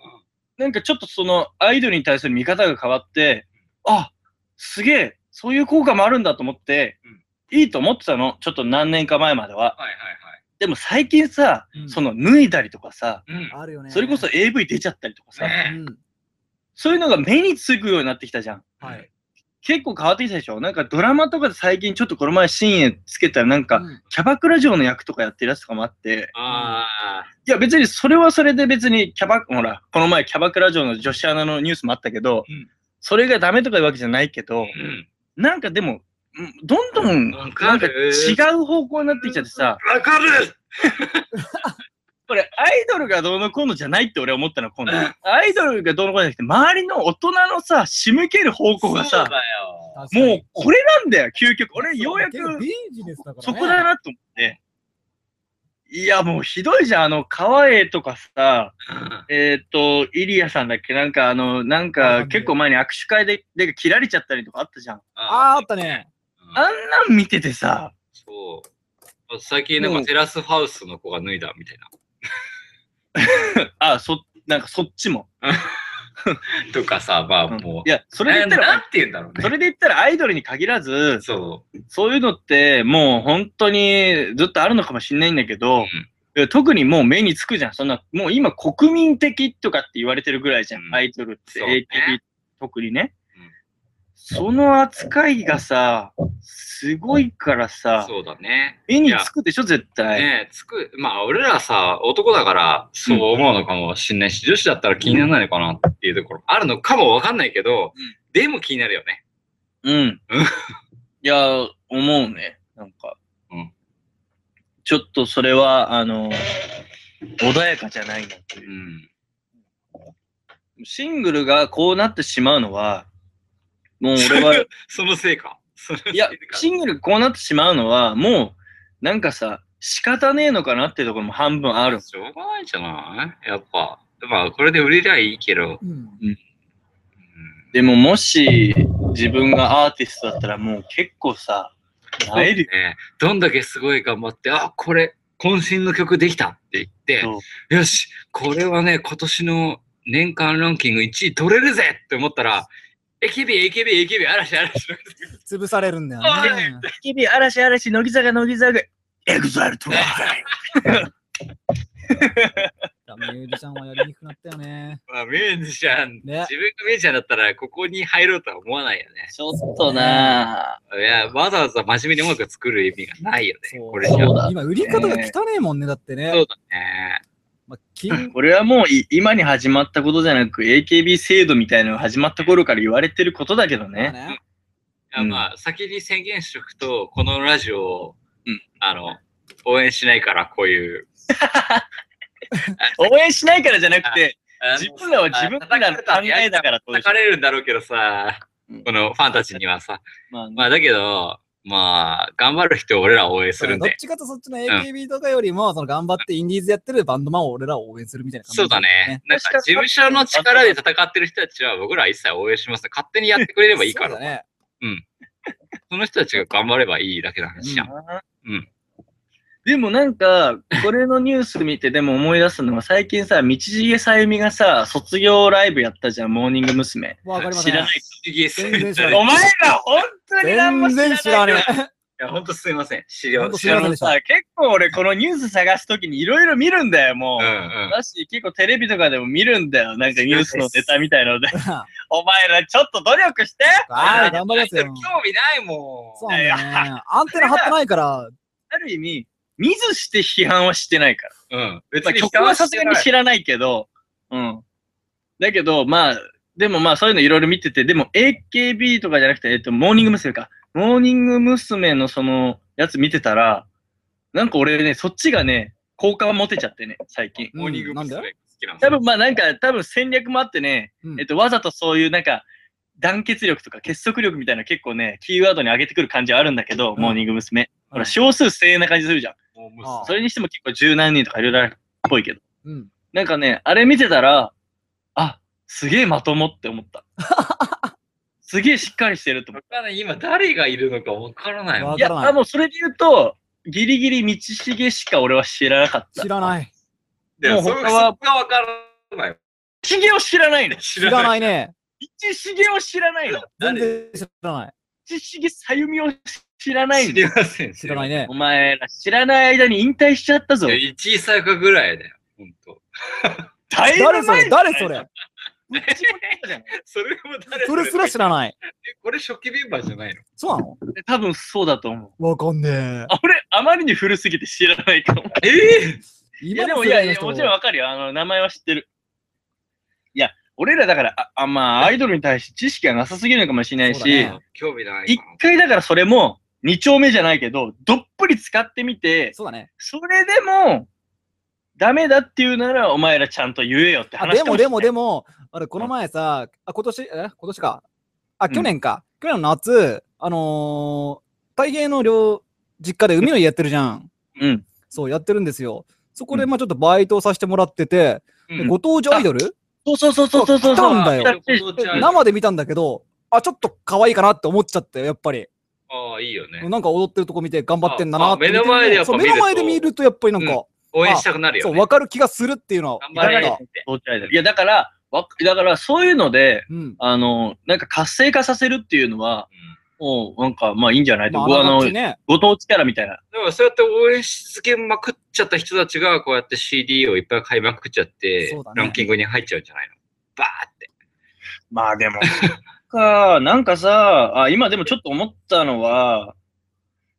なんかちょっとそのアイドルに対する見方が変わって、あすげえ、そういう効果もあるんだと思って、いいと思ってたの、ちょっと何年か前までは。はいでも最近さ、うんその脱いだりとかはさ、いはい。うん。あるよね。それこそ AV 出ちゃったりとかさ、うねん。そういうのが目につくようになってきたじゃん。はい。結構変わってきたでしょなんかドラマとかで最近ちょっとこの前深夜つけたらなんうかんキャバクラ嬢の役とかやってるやつとかもあって、ああ、いや別にそれはそれで別にキャバ、ほら、この前キャバクラ嬢の女子アナのニュースもあったけど、うんそれがダメとかいうわけじゃないけうど、ん。なんかでも、うんどんどん、わなかんかる。違う方向になってきちゃってさ、わかるこれアイドルがどうのこうのじゃないって俺は思ったの、今度。アイドルがどうのこうのじゃなくて、周りの大人のさ、仕向ける方向がそうさだ、よ。確かにもうこれなんだよ、究極。俺、ようやく結構ビジネスだからね。そこだなと思って。いや、もうひどいじゃん。あの、川栄とかさ、えっ、と、イリアさんだっけなんか、あの、なんあなかん、で結構前に握手会で、で、切られちゃったりとかあったじゃん。あーあったね。あんなん見ててさ、そう。最近なんかテラスハウスの子が脱いだみたいな。 (laughs) あ、そ、なんかそっちも。とかさ、まあうんもう。いや、それで言ったならん、て言うんだろうそね。れで言ったらアイドルに限らず、そう。そういうのってもう本当にずっとあるのかもしれないんだけど、んいや特にもう目につくじゃん。そんな、もう今国民的とかって言われてるぐらいじゃん。うんアイドルって、そうね AKB 特にうね。んその扱いがさ、すごいからさ、そうだね。目につくでしょ、絶対。ねえ、つく、まあ、俺らさ、男だから、そう思うのかもしんないし、女子だったら気にならないのかなっていうところ、あるのかもわかんないけど、うんでも気になるよね。うん。 (laughs) いや、思うね。なんか。うんちょっとそれは、あの、穏やかじゃないなというう。ん。シングルがこうなってしまうのは、もう俺は、そのせいか。そのせいやか、シングルがこうなってしまうのは、もう、なんかさ、仕方ねえのかなっていうところも半分ある。しょうがないんじゃないやっぱ。まあ、これで売れりゃいいけど。うんうんでも、もし、自分がアーティストだったら、もう結構さ、なえるよ。ね、どんだけすごい頑張って、あ、これ、渾身の曲できたって言っそて、よし、これはね、今年の年間ランキング1位取れるぜって思ったら、AKB、AKB、AKB、嵐、嵐、嵐。潰されるんだよね。日々、嵐、嵐、乃木坂、乃木坂、エグザイ (laughs) ルとミュージシャンはやりにくくなったよね。まあ、ミュージシャン、ね自分がミュージシャンだったら、ここに入ろうとは思わないよね。ちょっとなぁ。いや、わざわざ真面目に音楽作る意味がないよね。そうこれじゃ。そそううだ今、売り方が汚ねえもんね、だってね。だね。まあ、金これはもうい今に始まったことじゃなく AKB 制度みたいなのが始まった頃から言われてることだけどだね。ね。いやうんまあ、先に宣言しとくと、このラジオを、うんあの、応援しないから、こういう。応援しないからじゃなくて、あの自分らは自分らの考えだからと叩かれるんだろうけどさうん、このファンたちにはさ。まあね、まあ、だけど、まあ、頑張る人を俺ら応援するんどっで。ちかとそっちの AKB とかよりも、その頑張ってインディーズやってるバンドマンを俺らを応援するみたいな感じ、そうだね。。なんか、事務所の力で戦ってる人たちは僕らは一切応援しますね。勝手にやってくれればいいかそうら。だね。その人たちが頑張ればいいだけの話じゃん。うんでもなんか、これのニュース見てでも思い出すのは、最近さ、道重さゆみがさ、卒業ライブやったじゃん、モーニング娘。わかりませ知ん。らない不思議です。全然知いらないお前ら、本当に何も全知らな然い。知らねや、ほんとすいません。知ほらなんとい。知らあないのさ、結構俺、このニュース探すときにいろいろ見るんだよ、もうう。んうん。だし、結構テレビとかでも見るんだよ。なんかニュースのネタみたいので。え。あお前らちょっと努力してあ、頑張りますよ。興味ないもそうなんだよね。アンテナ張ってないから、ある意味、見ずして批判はしてないから。ん。うん。別まあ、に曲はさすがに知らないけど、うん。だけど、まあ、でもまあそういうのいろいろ見てて、でも AKB とかじゃなくて、えっと、モーニング娘。か。モーニング娘。のそのやつ見てたら、なんか俺ね、そっちがね、好感持てちゃってね、最近。モーニング娘。好うんなんきなんです多よ分まあなんか、多分戦略もあってね、うんえっと、わざとそういうなんか、団結力とか結束力みたいな結構ね、キーワードに上げてくる感じあるんだけど、うんモーニング娘。ほうんら、少数精鋭な感じするじゃん。もう娘ああそれにしても結構十何人とかいろいろあるっぽいけど。うん。なんかね、あれ見てたら、あ、すげえまともって思 (laughs) った。すげえしっかりしてると思っ僕はね、今誰がいるのかわからないもんわた。いや、からないあもうそれで言うと、ギリギリ道重しか俺は知らなかった。知らない。でもうそ他はそこがわからない。道重を知らないの。道知知らないね。重を知らないの。全然知らない。道重さゆみを知らない知の。りません。知らないねお。前ら知らない間に引退しちゃったぞいや。。1位差かぐらいだよ。ほんと。だいぶ誰そ前れだよ誰それぶっちまったじゃんそれも誰それすら知らない。これ初期メンバーじゃないのそうなの (laughs) 多分そうだと思う。わかんねえ。あ俺、あまりに古すぎて知らないかも。ええいや今でのもい世や代いのや、人もちろんわかるよ。あの、名前は知ってる。いや、俺らだから、あ、あまあ、アイドルに対して知識がなさすぎるのかもしれないし、そうだね興味ない一かな。回だからそれも、二丁目じゃないけど、どっぷり使ってみて、そうだね。それでも、ダメだっていうなら、お前らちゃんと言えよってあ話でかもしれでないもでも、あれ、この前さ、あ今年、え今年か。あ、去年か。去年の夏、あのー、太平の両実家で海の家やってるじゃん。うん。そう、やってるんですよ。そこで、うんまあちょっとバイトをさせてもらってて、でうんご当地アイドルそうそうそうそうそうそう。来たんだ来よ。た生で見たんだけど、あ、ちょっと可愛いかなって思っちゃったよ、やっぱり。ああ、いいよね。なんか踊ってるとこ見て頑張ってんだあなあって見て。目の前でやっぱそう見ると目の前で見ると、やっぱりなんか、応援したくなるそよう、ねわ。かる気がするっていうのは、頑張れなっんかて。どっちアイドルいや、だから、わだからそういうので、うん。あの、なんか活性化させるっていうのは、もう、なんか、まあいいんじゃないと、まあ、僕はああのの、ね、ご当地キャラみたいな。でもそうやって応援し続けまくっちゃった人たちが、こうやって CD をいっぱい買いまくっちゃって、そうだねランキングに入っちゃうんじゃないのバーって。まあ (laughs) でも。か、なんかさ、あ、今でもちょっと思ったのは、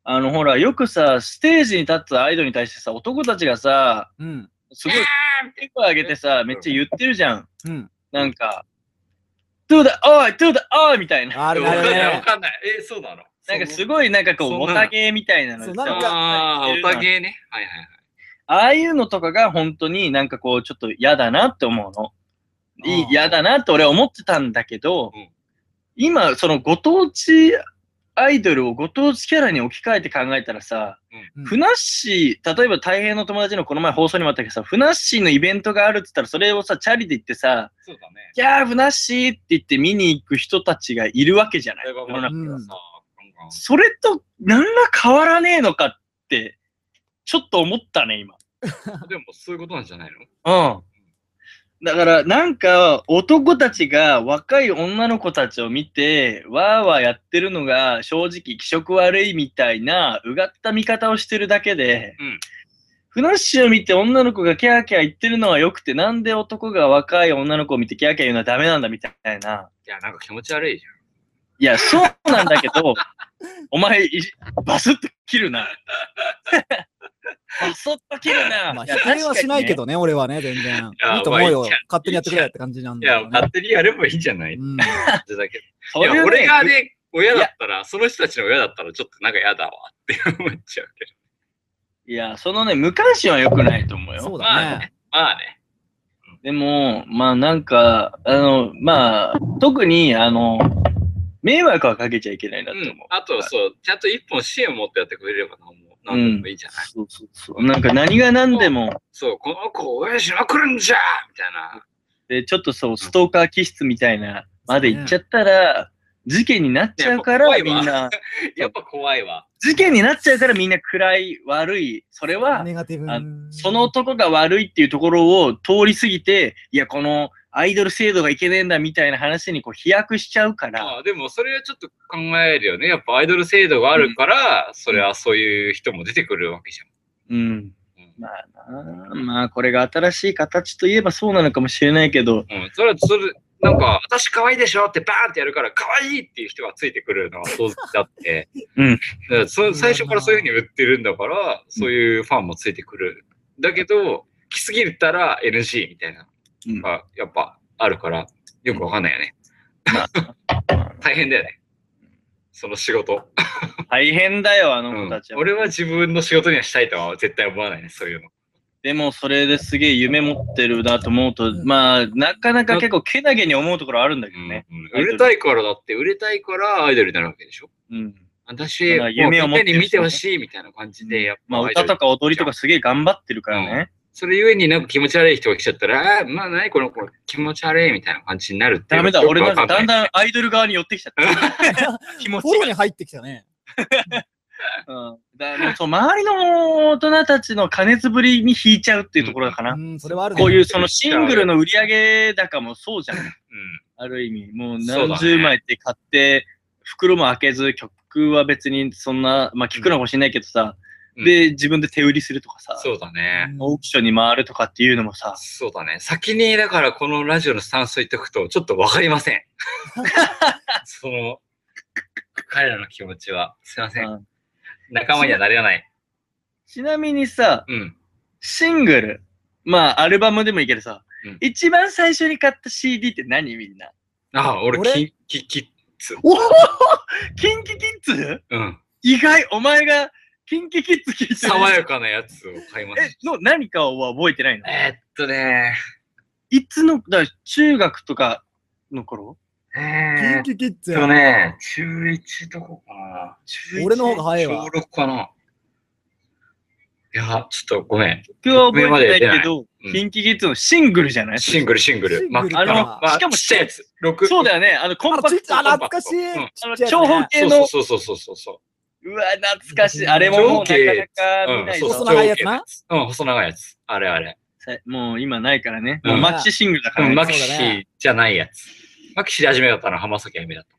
あの、ほら、よくさ、ステージに立ったアイドルに対してさ、男たちがさ、うん。すごい、手を上げてさ、めっちゃ言ってるじゃん。うん。なんか、do the oh, do the oh みたいな。ああるわかんねない、わかんない。え、そうなのなんかすごいなんかこそんう、なおたげみたいなのそうになんさ、かああ、おたげね。はいはいはい。ああいうのとかが本当になんかこう、ちょっと嫌だなって思うの。いあいー嫌だなって俺は思ってたんだけど、うん今、そのご当地アイドルをご当地キャラに置き換えて考えたらさ、うんふなっしー、例えば大平の友達のこの前放送にもあったけどさ、ふなっしーのイベントがあるって言ったら、それをさ、チャリで行ってさ、そうだね。いやー、ふなっしーって言って見に行く人たちがいるわけじゃない。世の中うんそれと何ら変わらねえのかって、ちょっと思ったね、今。でもそういうことなんじゃないのうん。だから、なんか、男たちが若い女の子たちを見て、わーわーやってるのが、正直気色悪いみたいな、うがった見方をしてるだけで、うんふなっしーを見て女の子がキャーキャー言ってるのは良くて、なんで男が若い女の子を見てキャーキャー言うのはダメなんだみたいな。いや、なんか気持ち悪いじいや、そうなんだけ (laughs) ど、お前、いバスッと切るな。 (laughs) バスッと切るな。まあ、い否や定はしないけ。どね、俺はね、全然。いいと思うよいやまあいいじゃん。勝手にやってくれって感じなんゃん。いだや、よ、ね。勝手にやればいいじゃないうん。ってだけ。確いかにや、ねそれ俺ねがね、親だったら、その人たちの親だったら、ちょっとなんか嫌だわって思っちゃうけど。いや、そのね、無関心は良くないと思うよ。 (laughs) そうまだあねね。。まあね。でも、まあなんか、あの、まあ、特に、あの、迷惑はかけちゃいけないなうと思う。ん。あと、そう、ちゃんと一本支援を持ってやってくれれば、なんも、なんでもいいじゃない。そうそうそう。なんか何が何でも、そう、この子を応援しまくるんじゃみたいな。でちょっとそう、ストーカー気質みたいな、まで行っちゃったら、事件になっちゃうから、ねみんな、 (laughs) やっぱ怖いわ。事件になっちゃうからみんな暗い、悪い、それは、ネガティブあ。その男が悪いっていうところを通り過ぎて、いや、このアイドル制度がいけねえんだみたいな話にこう飛躍しちゃうから、まあ、でも、それはちょっと考えるよね。やっぱアイドル制度があるから、それはそういう人も出てくるわけじゃん。うん。うんまあなあ、まあこれが新しい形といえばそうなのかもしれないけど、うん、それは、それ、なんか、私可愛いでしょってバーンってやるから、可愛いっていう人がついてくるのは当然だ (laughs) って。うんだからそ最初からそういうふうに売ってるんだから、そういうファンもついてくる。だけど、来すぎたら NG みたいな、うんがやっぱあるから、よくわかんないよね。大変だよね。その仕事。大変だよ、あのう子んたちは。俺は自分の仕事にはしたいとは絶対思わないね、そういうの。でもそれですげえ夢持ってるなと思うと、まあなかなか結構けなげに思うところあるんだけどね。うん売れたいからだって、売れたいからアイドルになるわけでしょうん。私、だから夢を持もっうみてるんなに見てほしいみたいな感じで、やっぱ、まあ歌とか踊りとかすげえ頑張ってるからね。それゆえになんか気持ち悪い人が来ちゃったら、あーまあ何この子気持ち悪いみたいな感じになるっていうのダメはだ、よく俺なわんかかんなだいんだんアイドル側に寄ってきち (laughs) ゃった。気持フォちローが。に入ってきたね。うんだからそう周りの大人たちの加熱ぶりに引いちゃうっていうところかな。うん、それはあるね。こういうそのシングルの売り上げ高もそうじゃん。ある意味、もうそうだ何ね十枚って買って、袋も開けず、曲は別にそんな、まあ聞くのかもしれないけどさ、うんで、自分で手売りするとかさうん。、そうだね。オークションに回るとかっていうのもさ、そうだね。先に、だからこのラジオのスタンスを言っとくと、ちょっとわかりま (laughs) せん。その、彼らの気持ちは、すいません。うん仲間にはなれない。ちなみにさ、うん。シングル、まあアルバムでもいいけどさ、うん一番最初に買った CD って何みんなああ、俺、俺キンキキッズ。おおキンキキッズうん。意外、お前がキンキキッズ聞いてる爽やかなやつを買いました。 (laughs) え、の何かは覚えてないのえーっとね、いつの、だから中学とかの頃えキーンっキキッズでもね、中1とかかな。俺の方が早いわ小6かな。いや、ちょっとごめん。僕は覚えてな曲いけど、まで出てないうんキンキキッズのシングルじゃないシングル、シングシル。ングルかあの、まあ、しかもちっちゃいやつ。六そうだよね。あの、コンあパちっクちト。ゃああ懐かしい。うんちっの、ちゃいやつね長方形の、そうそうそうそうそうそうわ、懐かしい。あれももうなかなか見ないそう細そうぞ。長いやつな。う。うん、細長いやつ。あれあれ。もう今ないからね。うんもうマッチシングルだからうん、ね。マキそうだねシじゃないやつ。マキシで始めだったのは浜崎あゆみだった。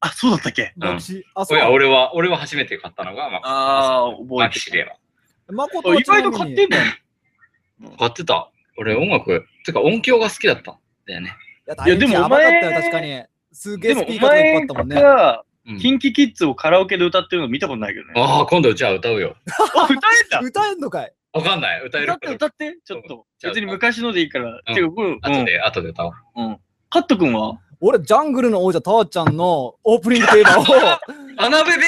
あ、そうだったっけうん歴史あ、おそうや、。俺は、俺は初めて買ったのがマキああ、マ覚キえシてる。では。誠あは意外と買ってちんだよね。買ってた。俺音楽、てか音響が好きだったんだよね。なみにいやでもお前いや、大変やばかったよ、確かに。すげでえも、スおピーカーとかいっぱいあ前ったもんね。が、うんキンキキッズをカラオケで歌ってるの見たことないけどね。ああ、今度じゃあ歌うよ。あ、歌えんだ歌えんのかいわかんない。歌え歌っるて歌って、ちょっと。じゃあ別に昔のでいいから。うんてか、これ、うん。後で、後で歌おう。うん。カット君は俺、ジャングルの王者、たーちゃんのオープニングテーマを、そう、穴べべ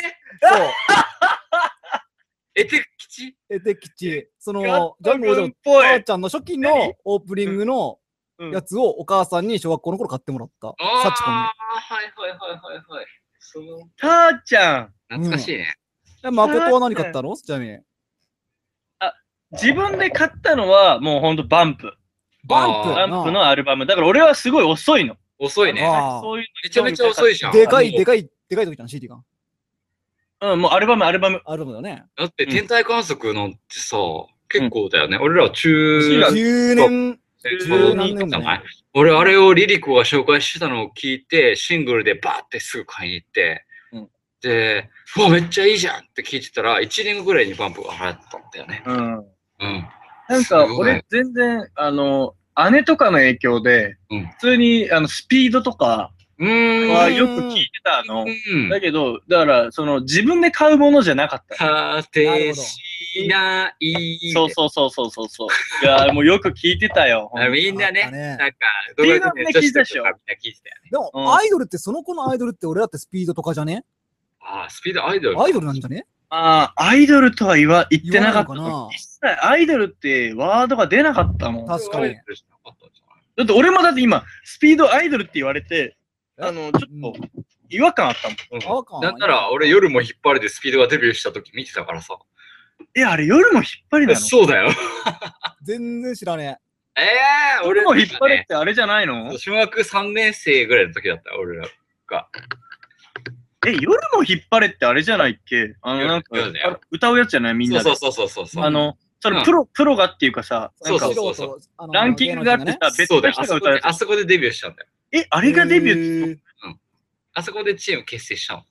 えて吉えてきち、そカッの、ジャトングル王者君のっぽたーい。ちゃんの初期のオープニングのうんやつをお母さんに小学校の頃買ってもらった。あ幸子にあ、はいはいはいはいはい。そのたーちゃん、懐かしいね。え。誠は何買ったのちなみに。自分で買ったのはもうほんとバンプ。バンプあーバンプのアルバム。だから俺はすごい遅いの。遅いね。あーそういうのめちゃめちゃ遅いじゃん。でかい、でかかい、でかい時じゃん、CD が。うん、もうアルバム、アルバム。アルバムだね。だって天体観測なんてさ、結構だよね。俺ら中中学10年、中何年じゃもないね。俺、あれをリリコが紹介してたのを聞いて、シングルでバーってすぐ買いに行って、うんで、うわ、めっちゃいいじゃんって聞いてたら、1年ぐらいにバンプが払ったんだよね。うん。うん。なんすごかい俺全然、あの、姉とかの影響で、うん普通にあのスピードとかうーん。はよく聞いてたの。うんだけど、だから、その自分で買うものじゃなかった。果てしない。そうそうそうそうそうそう。いやー、もうよく聞いてたよ。あみんなあったね、ねなんか、どこかっていうのはね聞いたでしょみんな聞いてたよね。でも、うんアイドルって、その子のアイドルって俺だってスピードとかじゃねああ、スピードアイドル。アイドルなんじゃねああ、アイドルとは言わ言ってなかった言わないのかな一切アイドルってワードが出なかったもん。だ確かに。アイドルじゃなかったんじゃないって俺もだって今、スピードアイドルって言われて、えあの、ちょっと違和感あったもん。あわかんなんなら、俺、夜も引っ張れでスピードがデビューした時見てたからさ。え、あれ夜も引っ張りなのそうだ (laughs) よ。全然知らねええ、夜俺もも引引っっ張張りっれ。てあれじゃないの小学3年生ぐらいの時だった、俺ら。え、夜も引っ張れってあれじゃないっけあの、夜なんか夜だ、よあの歌うやつじゃないみんなで。そうそうそうそうそう。あの、それうんプロ、プロがっていうかさ、え。なんかそうそう素人あのランキングがあって芸能人さ、別そうのだよ人あそこで、あが歌うやつ。そこでデビューしたんだよ。え、ああれがデビューーへあそこでチーム結成したの。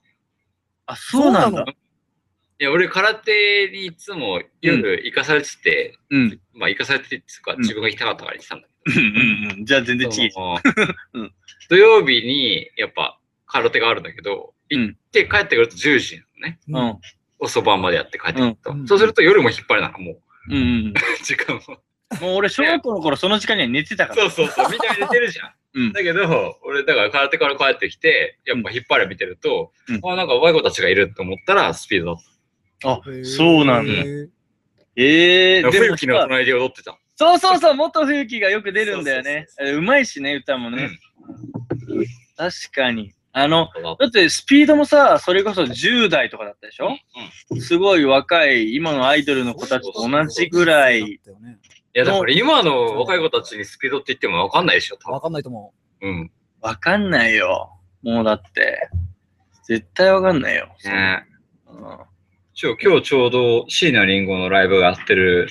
あ、そうなんそうなだの。いや、俺、空手にいつも夜行かされてて、うん。まあ、行かされてて、つうか、ん自分が行きたかったから行ってたんだけうんうんうん。じゃあ全然ど。違う。その (laughs) うん土曜日に、やっぱ、空手があるんだけど、うん行って帰ってくると10時なのね。うん。うん遅晩までやって帰ってくると。うんそうすると夜も引っ張れなの、もう。 (laughs) うんうん。時間も。もう俺、小学校の頃、その時間には寝てたから。そうそうそう、みんな寝てるじゃん。 (laughs) うんだけど、俺、だから空手から帰ってきて、やっぱ引っ張れ見てると、うんあ、なんか若い子たちがいると思ったら、スピードだった。あーそうなんだ。ええー、で冬も木のさ、隣で踊ってた。そうそうそう、元冬木がよく出るんだよねそう。そううまいしね、歌もね。確かに。あの、うんだってスピードもさ、それこそ10代とかだったでしょ、すごい若い、今のアイドルの子たちと同じぐらい。いや、だから今の若い子たちにスピードって言っても分かんないでしょ、多わかんないと思分。うん。わかんないよ。もうだって。絶対わかんないよ。ねうん、あちょ今日ちょうど椎名林檎のライブがやってる、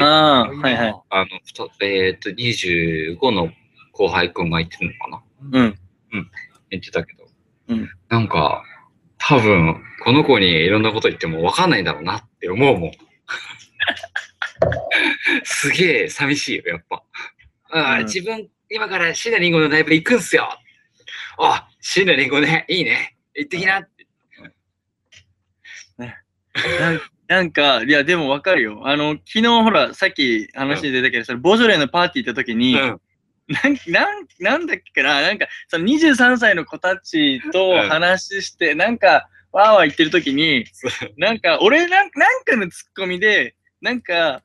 あう。ー、はいはい。あの、ふたえっ、と、25の後輩くんが言ってるのかなうん。言ってたけど。うんなんか、多分、この子にいろんなこと言っても分かんないだろうなって思 (laughs) うもん。すげえ寂しいよ、やっぱ。ああ、うん自分、今から椎名林檎のライブ行くんすよ。あ、椎名林檎ね、いいね。行ってきなって。なんなんか、いや、でもわかるよ。あの、昨日ほら、さっき話に出たけど、それ、ボジョレーのパーティー行った時に、うんなん、なん、なんだっけな、なんか、その23歳の子たちとうん話して、なんか、わーわー言ってる時に、なんか、俺なん、なんかのツッコミで、なんか、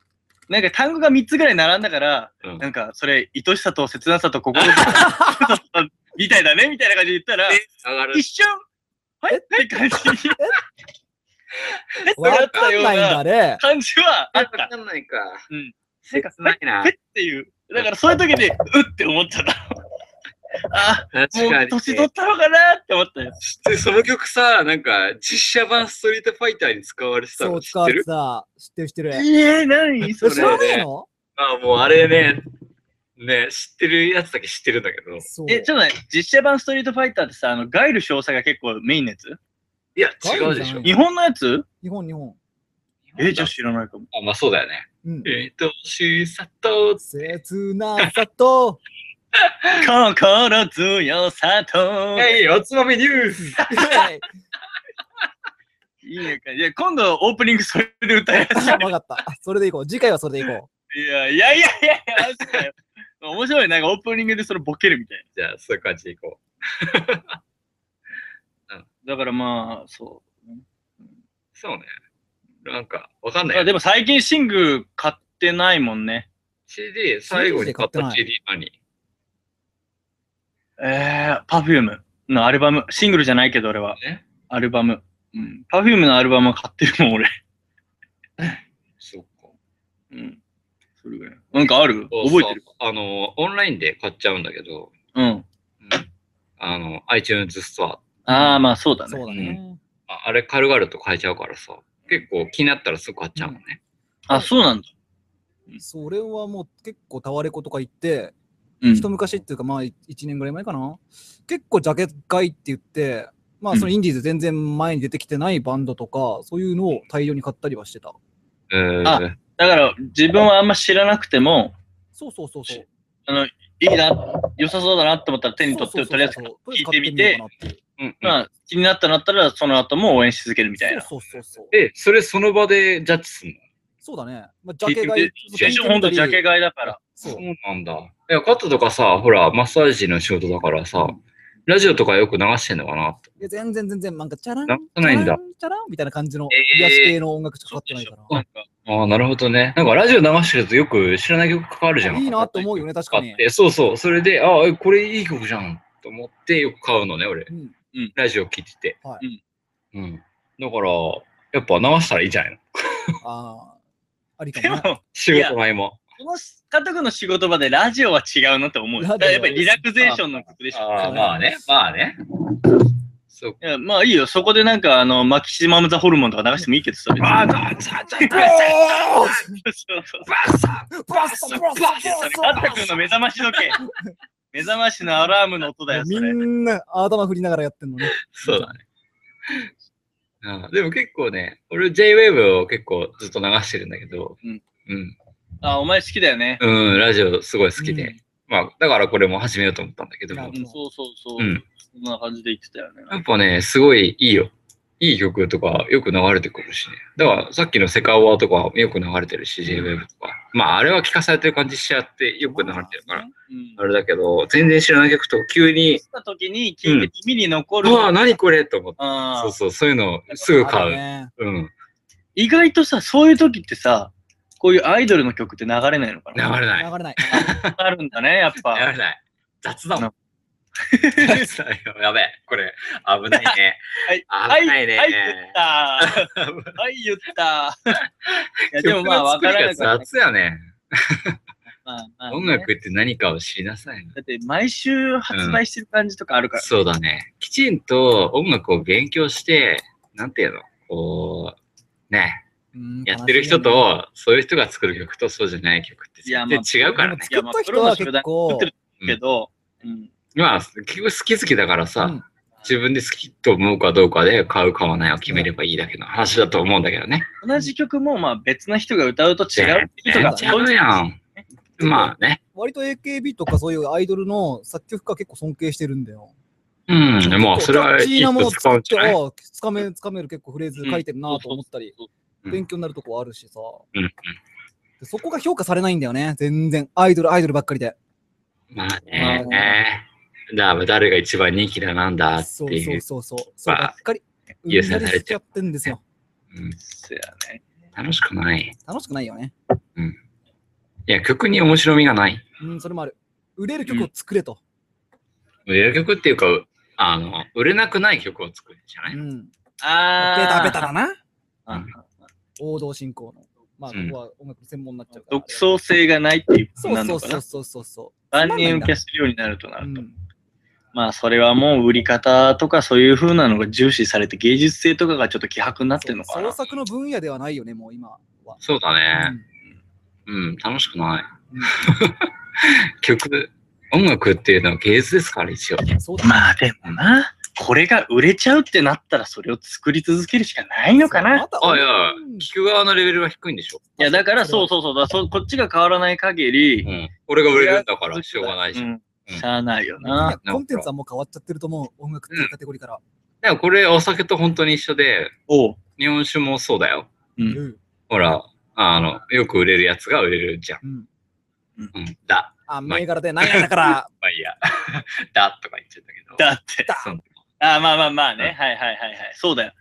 なんか単語が3つぐらい並んだから、うんなんか、それ、愛しさと切なさと心と、 (laughs) みたいだね、みたいな感じで言ったら、上がる一瞬、はいって感じに。わかんないんだね。感じはあわった。かんないか。うん。切ないなペ。ッっていう。だからそういう時に、うって思っちゃった。あ、も確かうに。年取ったのかなって思ったよ。でその曲さ、なんか、実写版ストリートファイターに使われてたそのう、知使っわてれるてた。知ってる知ってる。いえ、何そえ知れら。ないのあもうあれね、ね、知ってるやつだけ知ってるんだけど。そう。え、ちょっとね、実写版ストリートファイターってさ、あの、ガイル少佐が結構メインのやついや、ガイ違うルじでゃしなょい。日本のやつ日本、日本。え、じゃあ知らないかも。あ、まあそうだよね。うん。えっと、しさと、切なさ (laughs) と、心強さと。はい、おつまみニュースはいいいねいや、今度オープニングそれで歌いましょわかった。あそれでいこう。次回はそれでいこう。いや、いやいやいやいや、マジかよ面白い。なんかオープニングでそれボケるみたいじゃあ、そういう感じでいこう。な。だからまあ、そそうね。なんか、わかんう。なあい。でも最近シング買ってないもんね。 CD、最後に買っ CD で買ってたない CD 何えー、パフュームのアルバム。シングルじゃないけど俺は。ねアルバム。うん。パフュームのアルバム買ってるもん俺。そっか。うん。それぐらい。なんかある覚えてるそうあの、オンラインで買っちゃうんだけど、うん。あの、iTunes ストアああ、まあそうだう。ね。そうだね。ああれ軽々と買えちゃうからさ、結構気になったらすぐ買っちゃうもんね。あ、そうなんだ。それはもう結構タワレコとか行って、うん一昔っていうかまあ1年ぐらい前かな。結構ジャケ買いって言って、まあそのインディーズ全然前に出てきてないバンドとか、そういうのを大量に買ったりはしてた。えーあだから自分はあんま知らなくても、そうそうそうそう。いいな、良さそうだなって思ったら手に取って、とりあえず、と聞いてみてうんうんまあ気になったなったらその後も応援し続けるみたいな。そうそうそうそう。え、それその場でジャッジすんのそうだね。まあ、ジャケ買いで。最初ほんとジャケ買いだから。そう。うなんだ。いや、カットとかさ、ほら、マッサージの仕事だからさ、ラジオとかよく流してんのかなって。いや全然全然、なんか、チャラン、なってないんだチャランチャランみたいな感じのえー癒し系の音楽しかかってないから。なんかああ、なるほどね。なんかラジオ流してるとよく知らない曲かかるじゃん。いいなと思うよね、確買かっに。て。そうそう。それで、ああ、えこれいい曲じゃんと思ってよく買うのね、俺。うん、ラジオ聴いてて。はいうん。だから、やっぱ流したらいいじゃないの。ああ、ありかでもも、ね。こ仕事の合間。の監督の仕事場でラジオは違うなって思うよ。ラだジオからやっぱりリラクゼーションの曲でしょ。ああ、まあね、まあね。そういやまあいいよ、そこでなんかあの、マキシマム・ザ・ホルモンとか流してもいいけどさ。別にバーサーバおー (laughs) そうそうーサバッサバッサバッサカット君の目覚まし (laughs) 時計。目覚ましのアラームの音だよ、そみれ。んな頭振りながらやってんのね。そうだね。あでも結構ね、俺 JWAVE を結構ずっと流してるんだけど、うんうん。あ、お前好きだよね。うん、ラジオすごい好きで。うんまあ、だからこれも始めようと思ったんだけどなるもほ。どそうそうそう。うん。そんな感じで言ってたよね。やっぱね、すごいいいよ。いい曲とかよく流れてくるしね。だからさっきのセカオワとかよく流れてるし、JWAVE とか。まあ、あれは聞かされてる感じしちゃってよく流れてるから。うんあれだけど、全然知らない曲と急に来、た時に聞いて耳に残る。うわあ、何これと思って。あそーうそう、そういうのすぐ買あるう。ねうん。意外とさ、そういう時ってさ、こういうアイドルの曲って流れないのか流れなない。流れない。あるんだね、やっ流ぱ。れない。雑だもんな。雑だよ (laughs) やべえ、これ、危ないね。はい、危なはいい、ね。言 (laughs) った。はい、言った。いや、でもまあ、わ曲のか作らりながかった。雑やね。まあまあね音楽って何かを知りなさい。だって、毎週発売してる感じとかあるから。そうだね。きちんと音楽を勉強して、なんていうのこう、ね、うんやってる人、と、そういう人が作る曲とそうじゃない曲っていやま全あ然違うからね。いやまあ作った人は結構プロの集団作ってるけど、うん。まあ、結局好き好きだからさ、うん自分で好きと思うかどうかで買う買わないを決めればいいだけの話だと思うんだけどね。同じ曲も、まあ、別な人が歌うと違うってい全う人が然違うやん。まあね。割と AKB とかそういうアイドルの作曲家結構尊敬してるんだよ。うん、まあそれはキー一なも個のを使作うっんじて、ゃないあつかめ、つかめる結構フレーズ書いてるなと思ったりうんそう、そう勉強になるとこあるしさ、うんうんでそこが評価されないんだよね、全然。アイドル、アイドルばっかりで。まあね。だから誰が一番人気だなんだってそういそうう。そうそう。そうばっかり。うん優先されちゃうしちゃってんですよ。うんそうやね。楽しくない。楽しくないよね。いや、曲に面白みがない。うん、それもある。売れる曲を作れと。売れる曲っていうか、あの、売れなくない曲を作るんじゃなういん。ベあー。タベタだな。あ王道進行の。まあ、こうんこは音楽専門になっちゃうから。独創性がないっていうことそうなそのうかそうな。そうそうそう。万人受けしするようになるとなると。うんまあ、それはもう売り方とかそういう風なのが重視されて、芸術性とかがちょっと希薄になってるのかそうな。創作の分野ではないよね、もう今は。そうだうね。んうん、楽しくないうん。曲、音楽っていうのは芸術ですから、一応。そうだねまあ、でもな、これが売れちゃうってなったら、それを作り続けるしかないのかな。またあ、いやうん、聞く側のレベルは低いんでしょ。いや、だから、そうそうそうだ、そうこっちが変わらない限り、うん。俺が売れるんだから、しょうがないし。うんしゃあないよいなや。コンテンツはもう変わっちゃってると思う。音楽っていうカテゴリーから。でもこれ、お酒と本当に一緒で、おう。日本酒もそうだよ。うんうんほら、あの、よく売れるやつが売れるじゃん。うんうん、だ。あ、まあ銘柄で何やだから、まあいいや。 (laughs) だとか言っちゃったけど。だって。そうあまあまあまあうんね。はいはいはいはい。そうだよ。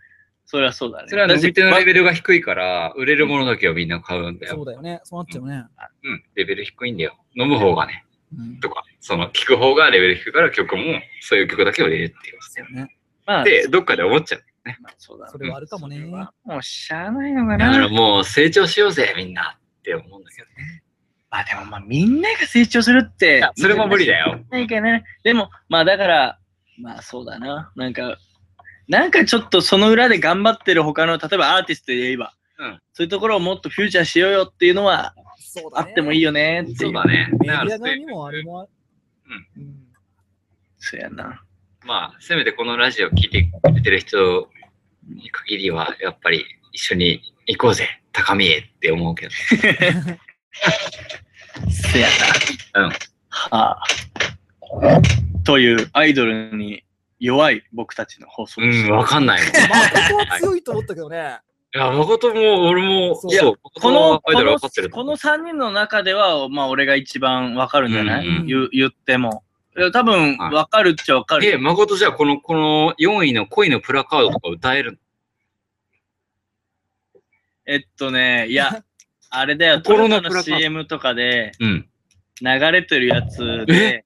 それはそうだね。それは伸び手のだっレてベルが低いから、売れるものだけをみんな買うんだそうよ。だよね。そうなっちゃうね。うん、レベル低いんだよ。飲む方がね、うんとか、その、聞く方がレベル低いから曲も、そういう曲だけを入れるって言いますね。ねまあ、で、どっかで思っちゃう。まあそうだそれはあるかもねそれはもうしゃあないのかだからな。もう成長しようぜ、みんなって思うんだけどね。まあでもまあみんなが成長するって。それも無理だよ。ないかな。でもまあだから、まあそうだな。なんか、なんかちょっとその裏で頑張ってる他の、例えばアーティストで言えば、うんそういうところをもっとフューチャーしようよっていうのはそうあだねってもいいよねってそいうう。だね。メデだかィらア側にもあれもある。うんそうやな。まあ、せめてこのラジオ聞いてくれてる人に限りは、やっぱり一緒に行こうぜ、高みへって思うけど。そうやな。うん。はあ。というアイドルに弱い僕たちの放送うでしたん、わかん (laughs) ないもん。い誠は強いと思ったけどね。や、誠も俺も、そうそう、こ誠の、はアこイドルの、分かってるとこ思のう。 3人の中では、まあ、俺が一番わかるんじゃない、うんうん言う言っても。いや多分、はいわかるっちゃわかる。え、誠じゃあこの、この4位の恋のプラカードとか歌えるえっとね、い (laughs) や、あれだよ、ト心ロのナプラのカード CM とかでのうん。流れてるやつで、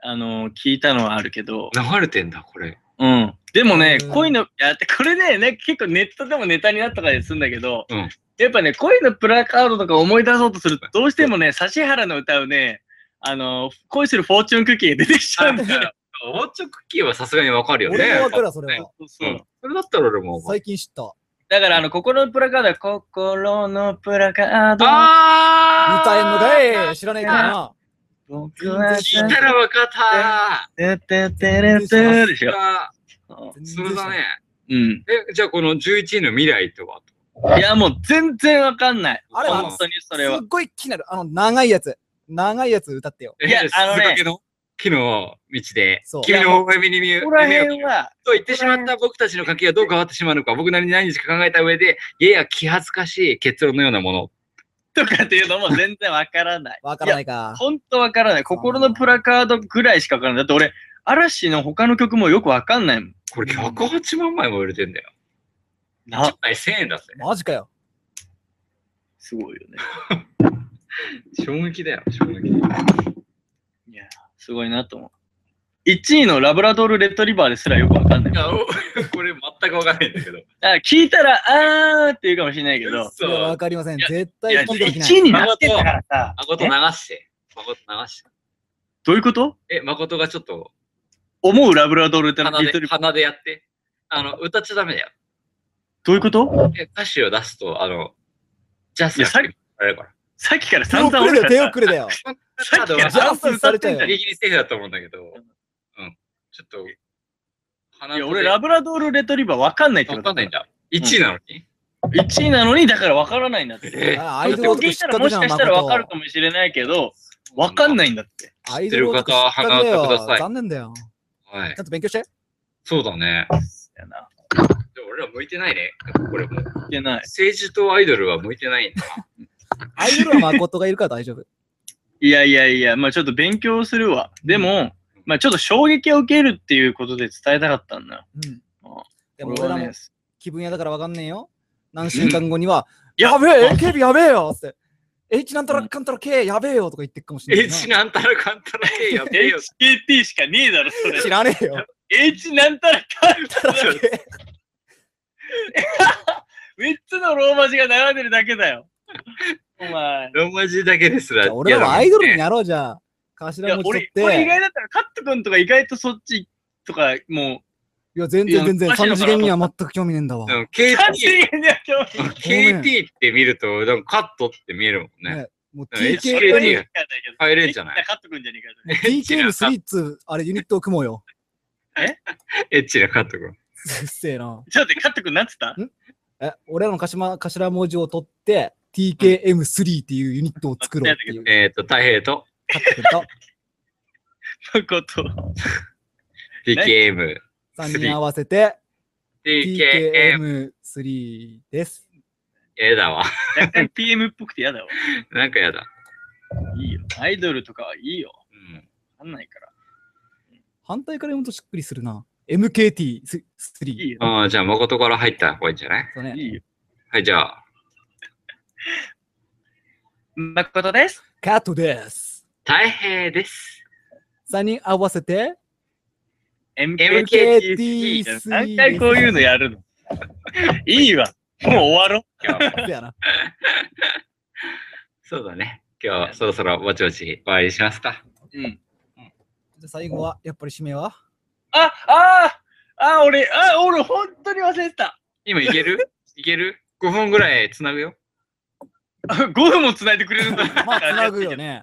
あの、聞いたのはあるけど、流れてんだ、これ。うん。でもねうん、恋の、いや、これね、ね結構ネットでもネタになったからするんだけど、うんやっぱね、恋のプラカードとか思い出そうとすると、どうしてもね、指原の歌うね、あの、恋するフォーチュンクッキーが出てきちゃうんだよ。おーちょクッキーはさすがにわかるよね。俺もわかるわ、それは。そううそう。ん。それだったら俺もわかる。最近知った。だから、あの、心のプラカードは、心のプラカード。あー歌えんのかい知らないからな。僕は聞いたらわかったてててれてれでしょ。あう全然それだね。ん。え、じゃあこの11位の未来とはといや、もう全然わかんない。あれは本当にそ知れらない。はす。っごい気になる。あの、長いやつ。長いやつ歌ってよ。えいやあのね鈴懸の木の道でそう、君の微笑みに見えここら夢を辺は、と言ってしまった僕たちの関係はどう変わってしまうのか、僕なりに何日か考えた上で、やや気恥ずかしい結論のようなもの。とかっていうのも全然わからない。わからいないかや。。ほんとわからない。心のプラカードぐらいしかわからない。だって俺、嵐の他の曲もよくわかんないもん。これ108万枚も売れてんだよ。な1、枚1000円だぜ。マジかよ。すごいよね。衝撃だよ、衝撃。いや、すごいなと思う。1位のラブラドールレッドリバーですらよくわかんない。いだかや、おこれ全くわからないんだけど。ら聞いたら、あーって言うかもしれないけど、いやわそう。かりませんい。や絶いや、対聞いてできな1位い。になってたからさ、誠流して。誠流して。どういうことえ、誠がちょっと思うラブラドールって鼻リトでル鼻でやって。あの、歌っちゃダメだよ。どういうことえ歌詞を出すと、あの、ジャスいやさっきあれだから。さっきから手散遅々れだよ、手さ遅れだよ。っきからジャ散ンプ々さ歌れったてよんじゃギねリギリセーフだと思うんだけど、うん。ちょっと、えい鼻や、俺ラブラドールレトリバーわかんないってわこかとんないんだ。1位なのに、 1位なのに、だからわからないんだって。えあアでイドもル男聞い失たら格もじしゃん、かしたらわかる誠。かもしれないけど、わかんないんだって。アイドル男失格だ知ってる方は鼻歌くださよ。い残念だよ。はいちゃ。んと勉強して。そうだね。やな。でも俺ら向いてないね。これもう。いけない。政治とアイドルは向いてないんだ。アイドルは誠がいるから大丈夫。いやいやいや、まあちょっと勉強するわ。でも、まあちょっと衝撃を受けるっていうことで伝えたかったんだよ。うん。あでも俺俺らはもね気分屋だからわかんねえよ。何週間後には、うんやべえ、AKB やべえよって。H なんたらかんたら K やべえよとか言ってくかもしれないな。 H なんたらかんたらけやべえよ。 HKT しかねえだろ、それ知。らねえよ。 H なんたらかんたら。 K 3つのローマ字が並んでるだけだよ。(laughs) お前。ローマ字だけですらじゃあ俺らもアイドルになろうじゃあ。頭い文や字取俺っ、俺意て。外だったら、カット君とか意外とそっちとか、もいや、全いや然全然。マジだから三次元には全く興味ねえんだわで。もう、 KT 勘違いには興味ない。 KT って見ると、なんかカットって見えるもんね。ねもうだから TK、 HK には入れんじゃないカット君じゃねえかよそれ。 TK にスリー (laughs) ツ、あれユニットを組もうよ。エッチなカット君。うっせえな。ちょっと待ってカット君なんつったえ、俺らの頭頭文字を取って、TKM3 っていうユニットを作ろう (laughs) っていう。えっ、と、太平と勝ってくれた。のこと。 TKM。 3人合わせて、 TKM。 TKM3 です。えだわ。 (laughs) 若干 PM っぽくて嫌だわ。なんかやだ。いいよ。アイドルとかはいいよ。うんわかんないから。反対から読むとしっくりするな。MKT3。いいよ。ああ、じゃあ、誠から入った方がいいんじゃないそうねいいよ。はい、じゃあ、誠です。カットです。太平です。 3人合わせて、 MK MKT 3何回こういうのや (laughs) るのいいわ。もう終わろう。今 (laughs) 日、そうやな。そうだね。今日、そろそろぼちぼち終わりにしますか。うん。じゃあ最後は、やっぱり締めはあ、あーあー、俺、あ、俺、本当に忘れてた。 (laughs) 今いけるいける ?5 分ぐらいつなぐよ。 5分も繋いでくれ (laughs) るんだ。まあ、つなぐよね。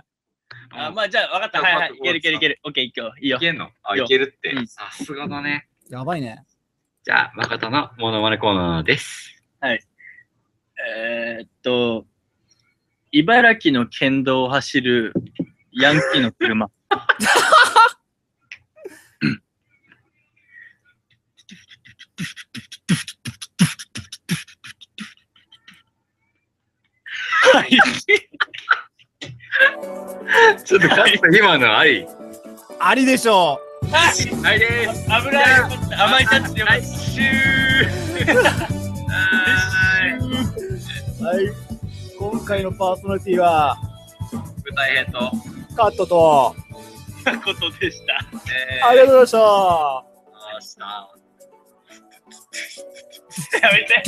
あ、まあ、じゃあ、わかった。うんはいはい。いけるいけるいける。オッケー、いくよ。いいよい。けんのあ、いいいよけるってう。んさすがだね。やばいね。じゃあ、誠のモノマネコーナーです。えーっと、茨城の県道を走るヤンキーの車。はい。ちょっと、 (laughs) 今のあり。ありでしょはいで危ない。よかった甘いタッチでよかった。 (laughs) す。 (laughs) はーい。う。はい。今回のパーソナリティは、太平と、カットと、ことでした。えありがとうございました。ー、明日。やめて。